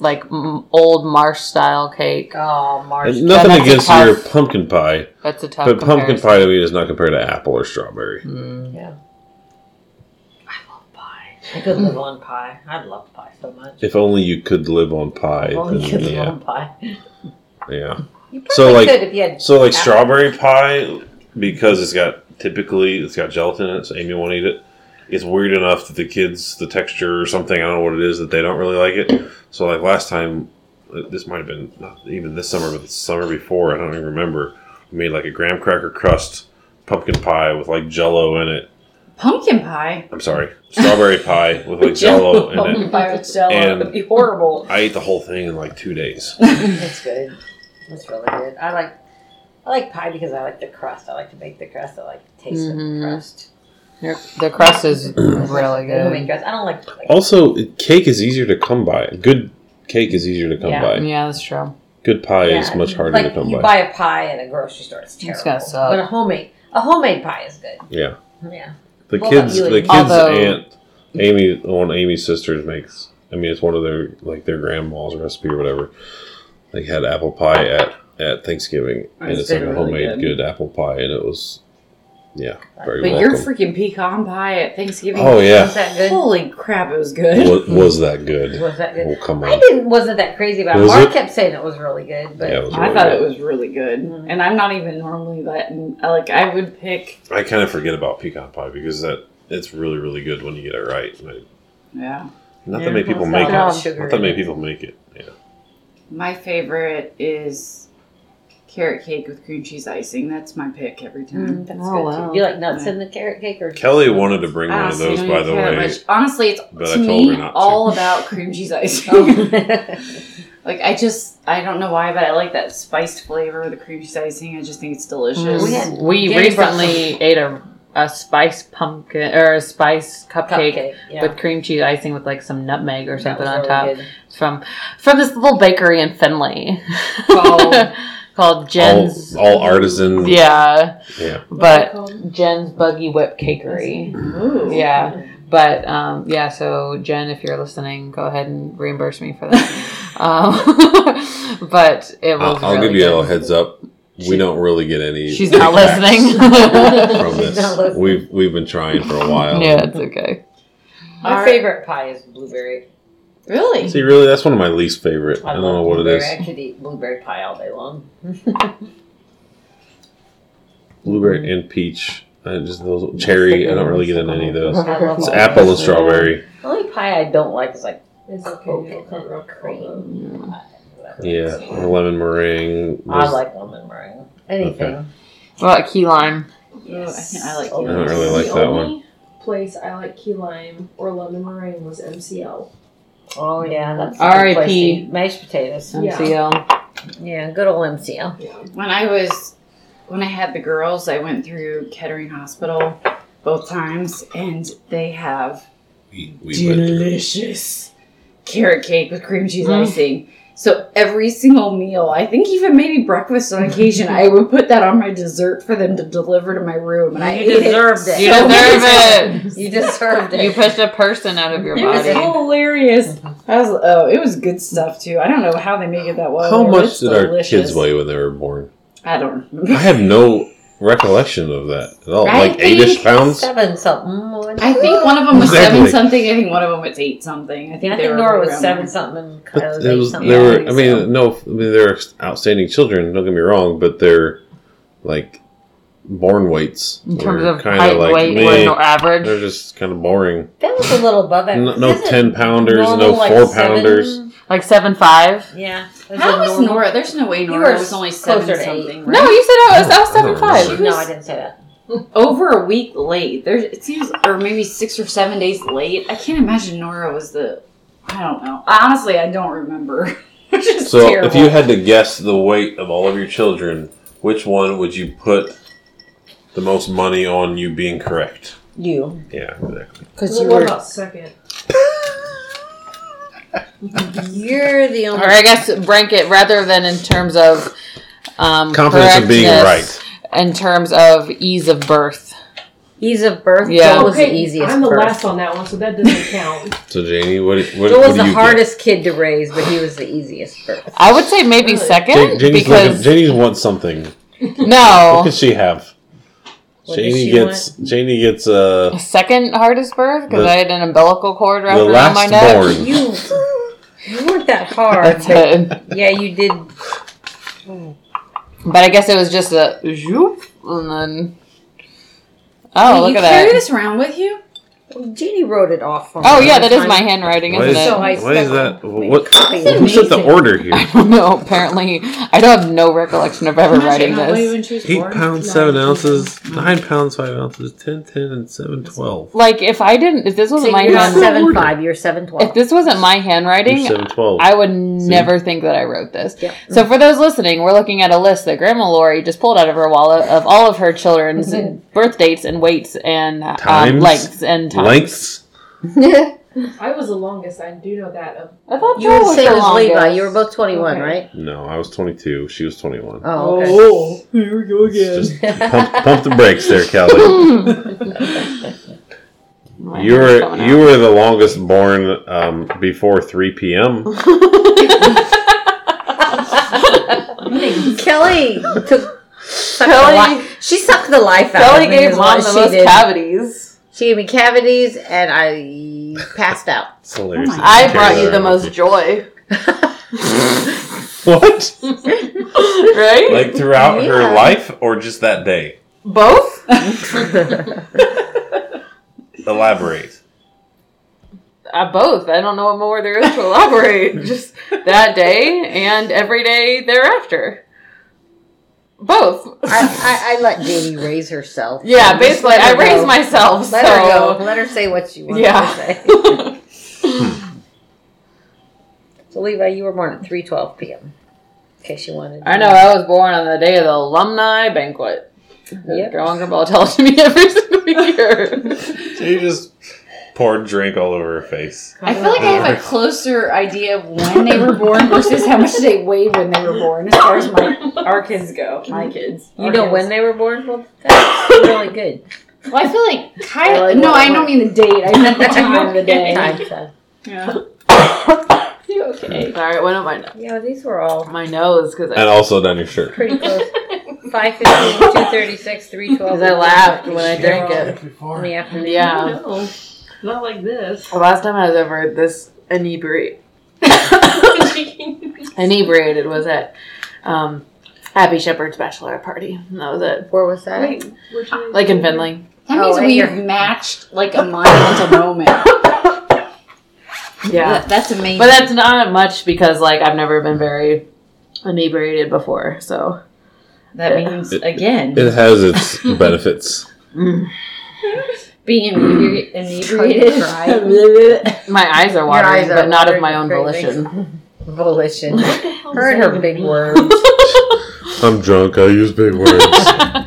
S3: like m- old marsh style cake.
S6: Oh, Marsh.
S1: And nothing
S3: that's a
S1: against
S3: tough-
S1: your pumpkin pie,
S3: That's a tough.
S1: but pumpkin
S3: comparison.
S1: pie to me does not compare to apple or strawberry.
S3: Mm.
S6: Pie. I could live on pie. I love pie so much.
S1: If only you could live on pie.
S6: Well, you
S1: then
S6: could live
S1: yeah,
S6: on pie.
S1: yeah.
S6: You
S1: So,
S6: probably
S1: like-
S6: could if you had
S1: So like
S6: Apple.
S1: strawberry pie, because it's got typically it's got gelatin in it, so Amy won't eat it. It's weird enough that the kids the texture or something I don't know what it is that they don't really like it. So like last time, uh, this might have been not even this summer, but the summer before I don't even remember. We made like a graham cracker crust pumpkin pie with like Jello in it.
S2: Pumpkin pie.
S1: I'm sorry, strawberry pie with like Jello in it.
S5: Pumpkin pie with Jello.
S1: And-
S5: That'd be horrible.
S1: I ate the whole thing in like two days.
S6: That's good. That's really good. I like I like pie because I like the crust. I like to make the crust. I like the taste of
S3: Mhm.
S6: the crust.
S3: Your- The crust is really
S6: I
S3: good.
S6: make crust. I don't like. like
S1: Also, cake is easier to come by. Good cake is easier to come
S6: Yeah.
S1: by.
S3: Yeah, that's true.
S1: Good pie
S6: yeah,
S1: is much harder
S6: like,
S1: to come
S6: you
S1: by.
S6: buy a pie at a grocery store. It's terrible.
S3: It's gotta suck.
S6: But a homemade a homemade pie is good.
S1: Yeah.
S6: Yeah.
S1: The
S6: Well,
S1: kids,
S6: you
S1: the
S6: would-
S1: kids'
S3: Although-
S1: aunt, Amy, one of Amy's sisters makes. I mean, it's one of their like their grandma's recipe or whatever. They had apple pie at at Thanksgiving, and
S5: It's
S1: it's like
S5: been
S1: a
S5: really
S1: homemade
S5: good.
S1: good. apple pie, and it was, yeah, very
S2: But your
S1: welcome.
S2: freaking pecan pie at Thanksgiving.
S1: Oh, yeah.
S2: Was that good? Holy crap, it was good.
S1: was, was that good?
S6: Was that good?
S1: Oh come
S6: I
S1: on,
S6: didn't wasn't that crazy about it.
S1: Was
S6: Mark
S1: it?
S6: kept saying it was really good, but
S1: yeah, it was
S2: I
S1: really
S2: thought
S1: good.
S2: it was really good,
S6: Mm-hmm.
S2: and I'm not even normally that. I, Like I would pick,
S1: I kind of forget about pecan pie because that it's really really good when you get it right. And I-
S2: yeah.
S1: Not
S6: Yeah,
S1: that many people
S6: it's
S1: make it.
S6: got a lot
S1: Not
S6: of sugar
S1: that
S6: in
S1: many
S6: it.
S1: people make it. Yeah.
S2: My favorite is carrot cake with cream cheese icing. That's my pick every time.
S6: Mm, that's
S3: Oh,
S6: good
S3: wow.
S6: too. You like nuts in the carrot cake or
S1: Kelly wanted to bring one of
S2: Honestly, I
S1: those,
S2: don't
S1: by
S2: even
S1: the
S2: care that
S1: way.
S2: much. honestly, it's
S1: but I
S2: to
S1: told
S2: me
S1: her not to. Oh.
S2: all about cream cheese icing. Like I just I don't know why, but I like that spiced flavor of the cream cheese icing. I just think it's delicious.
S6: Mm-hmm. We had-
S3: We
S6: Danny brought
S3: recently ate a a spice pumpkin or a spice cupcake,
S6: cupcake? Yeah.
S3: with cream cheese icing with like some nutmeg or
S6: That
S3: something
S6: was
S3: on
S6: really
S3: top
S6: good.
S3: from from this little bakery in Finley
S2: Oh.
S3: called
S1: All,
S3: Jen's.
S1: all artisan.
S3: Yeah,
S1: Yeah.
S3: but Jen's Buggy Whip Cakery.
S5: Ooh.
S3: Yeah, but um, yeah. So Jen, if you're listening, go ahead and reimburse me for that. um, but it was.
S1: I'll, I'll
S3: really
S1: give you a
S3: good.
S1: little heads up. we don't really get any.
S3: She's not
S1: kickbacks
S3: listening.
S1: From this,
S6: She's not listening.
S1: we've we've been trying for a while.
S3: yeah, it's okay.
S6: My
S5: Our-
S6: favorite pie is blueberry.
S2: Really?
S1: See, really, that's one of my least favorite. I, don't
S6: love
S1: know what it
S6: blueberry.
S1: is.
S6: I could eat blueberry pie all day long.
S1: Blueberry
S3: Mm-hmm.
S1: and peach. I just those cherry. I don't really get into any of those.
S6: I love
S1: It's
S6: all
S1: apple and
S6: those.
S1: strawberry.
S6: The only pie I don't like is like
S5: It's
S6: coconut
S5: It'll cover up all the-
S6: cream.
S1: Yeah, or lemon meringue.
S6: I
S1: Those-
S6: like lemon meringue. Anything.
S3: What about key lime?
S2: Yes. I like
S6: Oh,
S1: I don't
S6: yes.
S1: really like
S5: the
S1: that
S5: only place I like key lime or lemon meringue was MCL.
S6: Oh yeah, that's a
S3: R.I.P..
S6: good place to eat mashed potatoes.
S5: Yeah.
S3: MCL.
S6: Yeah, good old MCL.
S2: When I was when I had the girls, I went through Kettering Hospital both times, and they have
S1: We, we went through it.
S2: delicious carrot cake with cream cheese
S3: Mm.
S2: icing. So every single meal, I think even maybe breakfast on occasion, I would put that on my dessert for them to deliver to my room, and I
S6: You
S2: ate
S6: deserved
S2: it.
S6: it.
S3: You
S2: so
S3: deserve
S2: many
S3: it.
S6: You deserved it.
S3: You pushed a person out of your
S2: It was
S3: body.
S2: hilarious. I was oh, it was good stuff too. I don't know how they make it that well.
S1: How
S2: It
S1: much
S2: was
S1: did our
S2: delicious.
S1: kids weigh when they were born?
S2: I don't
S1: I
S2: remember.
S1: have no recollection of that at all.
S2: I
S1: like eight-ish
S2: think
S1: pounds.
S6: seven something. wasn't
S2: I
S6: it?
S2: think one of them was
S1: Exactly.
S2: seven something. I think one of them was eight something. I think
S6: I
S2: they
S6: think
S2: were
S6: Nora
S2: right
S6: was
S2: around
S6: seven
S2: there.
S6: something. Kyla
S1: But
S6: was
S1: it
S6: eight
S1: was,
S6: something.
S1: there
S2: I
S1: were. I
S2: think
S1: mean,
S2: so.
S1: no, I mean, they're outstanding children. Don't get me wrong, but they're like born weights.
S3: In terms
S1: They're
S3: of
S1: kinda
S3: height, weight,
S1: meh.
S3: we're no average.
S1: They're just kind of boring.
S6: That was a little above
S1: No,
S6: average.
S1: no
S6: Isn't it
S1: ten pounders, no
S6: normal, like,
S1: four
S6: seven?
S1: pounders.
S3: Like seven five.
S6: Yeah.
S2: How
S6: it
S2: was
S6: normal?
S2: Nora? There's no way
S6: You
S2: Nora
S6: were
S2: was only
S6: closer
S2: seven
S6: to eight.
S2: something.
S3: No, you said I was, I was
S1: I don't
S3: seven five.
S1: remember.
S6: No, I didn't say that.
S2: over a week late. There, it seems, or maybe six or seven days late. I can't imagine Nora was the. I don't know. Honestly, I don't remember. Which is
S1: So,
S2: terrible.
S1: if you had to guess the weight of all of your children, which one would you put the most money on you being correct?
S6: You.
S1: Yeah, exactly.
S6: Because
S5: Well,
S6: you
S5: what
S6: were.
S5: about second?
S6: You're the only.
S3: Or I guess rank it rather than in terms of um,
S1: confidence of being
S3: correctness,
S1: right.
S3: In terms of ease of birth,
S6: Ease of birth.
S3: Yeah.
S6: Joel was the easiest.
S5: I'm the
S6: birth.
S5: last on that one, so that doesn't count.
S1: So Janie, what what,
S6: Joel
S1: what
S6: was
S1: do
S6: the
S1: you
S6: hardest kid to raise, but he was the easiest birth.
S3: I would say maybe
S5: Really?
S1: Get?
S3: second
S1: Janie's looking,
S3: because
S1: Janie wants something. What
S3: no,
S1: does she have?
S6: What does
S1: Janie
S6: she
S1: gets Janie gets uh
S3: second hardest birth because
S1: The-
S3: I had an umbilical cord wrapped
S1: the
S3: around my
S1: last
S3: neck.
S1: born.
S6: You, you weren't that hard.
S3: That's
S6: but
S3: it.
S6: yeah, you did.
S3: But I guess it was just a zoop and then. Oh,
S2: Wait,
S3: look
S2: you
S3: at
S2: carry
S3: that.
S2: this around with you?
S6: Jeannie wrote it off for me.
S3: Oh, yeah, that is
S6: Fine.
S3: my handwriting,
S1: Why
S3: isn't
S1: is,
S3: it?
S6: So I
S1: why is
S6: stuck-
S1: that? What?
S6: That's
S1: Who set the
S6: amazing.
S1: order here?
S3: I don't know. Apparently, I don't have no recollection of ever writing this.
S1: Eight pounds, seven ounces, nine pounds, five ounces, ten, ten, and seven, twelve.
S3: Like, if I didn't, if this wasn't
S6: So
S3: my
S6: you're not
S3: hand,
S6: seven five. You're seven
S3: if
S6: twelve.
S3: this wasn't my
S1: You're
S3: handwriting,
S1: seven, twelve.
S3: I would never think that I wrote this.
S6: Yep.
S3: So, for those listening, we're looking at a list that Grandma Lori just pulled out of her wallet of all of her children's birth dates and weights and um,
S1: Times?
S3: lengths and times.
S1: Lengths.
S5: I was the longest. I do know that. Of
S3: I thought
S6: You
S3: Joel
S6: were the
S3: was
S6: same
S3: the
S6: as Levi.
S3: longest.
S6: You were both twenty one,
S5: Okay.
S6: right?
S1: No, I was twenty-two. She was twenty-one.
S6: Oh. okay.
S5: oh, here we go
S1: Just pump, pump the brakes there, Kelly.
S3: My
S1: You
S3: hair's
S1: were
S3: going
S1: you were the longest born um, before three p.m.
S6: Kelly took. Sucked
S3: Kelly-
S6: the li- she sucked the life out
S3: Kelly
S6: of me.
S3: gave
S6: is what
S3: mom the
S6: she
S3: most
S6: did.
S3: cavities.
S6: She gave me cavities, and I passed out.
S1: It's hilarious. that
S3: I
S1: you
S3: brought
S1: carry
S3: you
S1: that
S3: the
S1: around
S3: most joy,
S1: with you. What?
S3: right?
S1: Like throughout
S6: Yeah.
S1: her life, or just that day?
S3: Both?
S1: Elaborate.
S3: Uh, both. I don't know what more there is to elaborate. Just that day and every day thereafter. Both.
S6: I, I, I let Janie raise herself.
S3: yeah, basically,
S6: let
S3: I
S6: her
S3: raised
S6: go.
S3: myself.
S6: Let
S3: so.
S6: her go. Let her say what she wants
S3: Yeah.
S6: to say. so Levi, you were born at three twelve p.m. In case you wanted. to
S3: I know I was born on the day of the alumni banquet.
S6: Yep.
S3: Grandma Grandpa tells me every single year.
S1: She just poured drink all over her face.
S2: I feel like I have a closer idea of when they were born versus how much they weighed when they were born, as far as my our kids go. My kids.
S6: Mm-hmm. You know when they were born? Well, that's really good.
S2: Well, I feel like Kylie. no, I don't mean the date. I mean the time of the day.
S6: Time said.
S2: You okay?
S3: Sorry, it went on my nose.
S6: Yeah, these were all
S3: My nose because
S1: And
S3: I,
S1: also down your shirt.
S6: pretty close. 515, 236, 312.
S3: because I laughed when I drank
S6: They're all
S3: it.
S6: In the afternoon.
S3: Yeah.
S5: no, not like this.
S3: The last time I was ever this inebriated, inebriated was at um, Happy Shepherd's bachelor party. And That was it.
S6: Where was that?
S5: Wait, which one?
S3: Like in Finley.
S2: That
S6: Oh,
S2: means
S6: and
S2: we've
S6: you're-
S2: matched like a monumental moment.
S3: Yeah.
S2: That- that's amazing.
S3: But that's not much because like I've never been very inebriated before. So
S4: That means again
S1: It has its benefits.
S4: being inebri- inebriated.
S3: my eyes are
S6: Your
S3: watering,
S6: eyes are
S3: but not of
S6: watering
S3: my own
S6: greatly.
S3: volition.
S6: Volition. Her and her big words.
S1: I'm drunk. I use big words.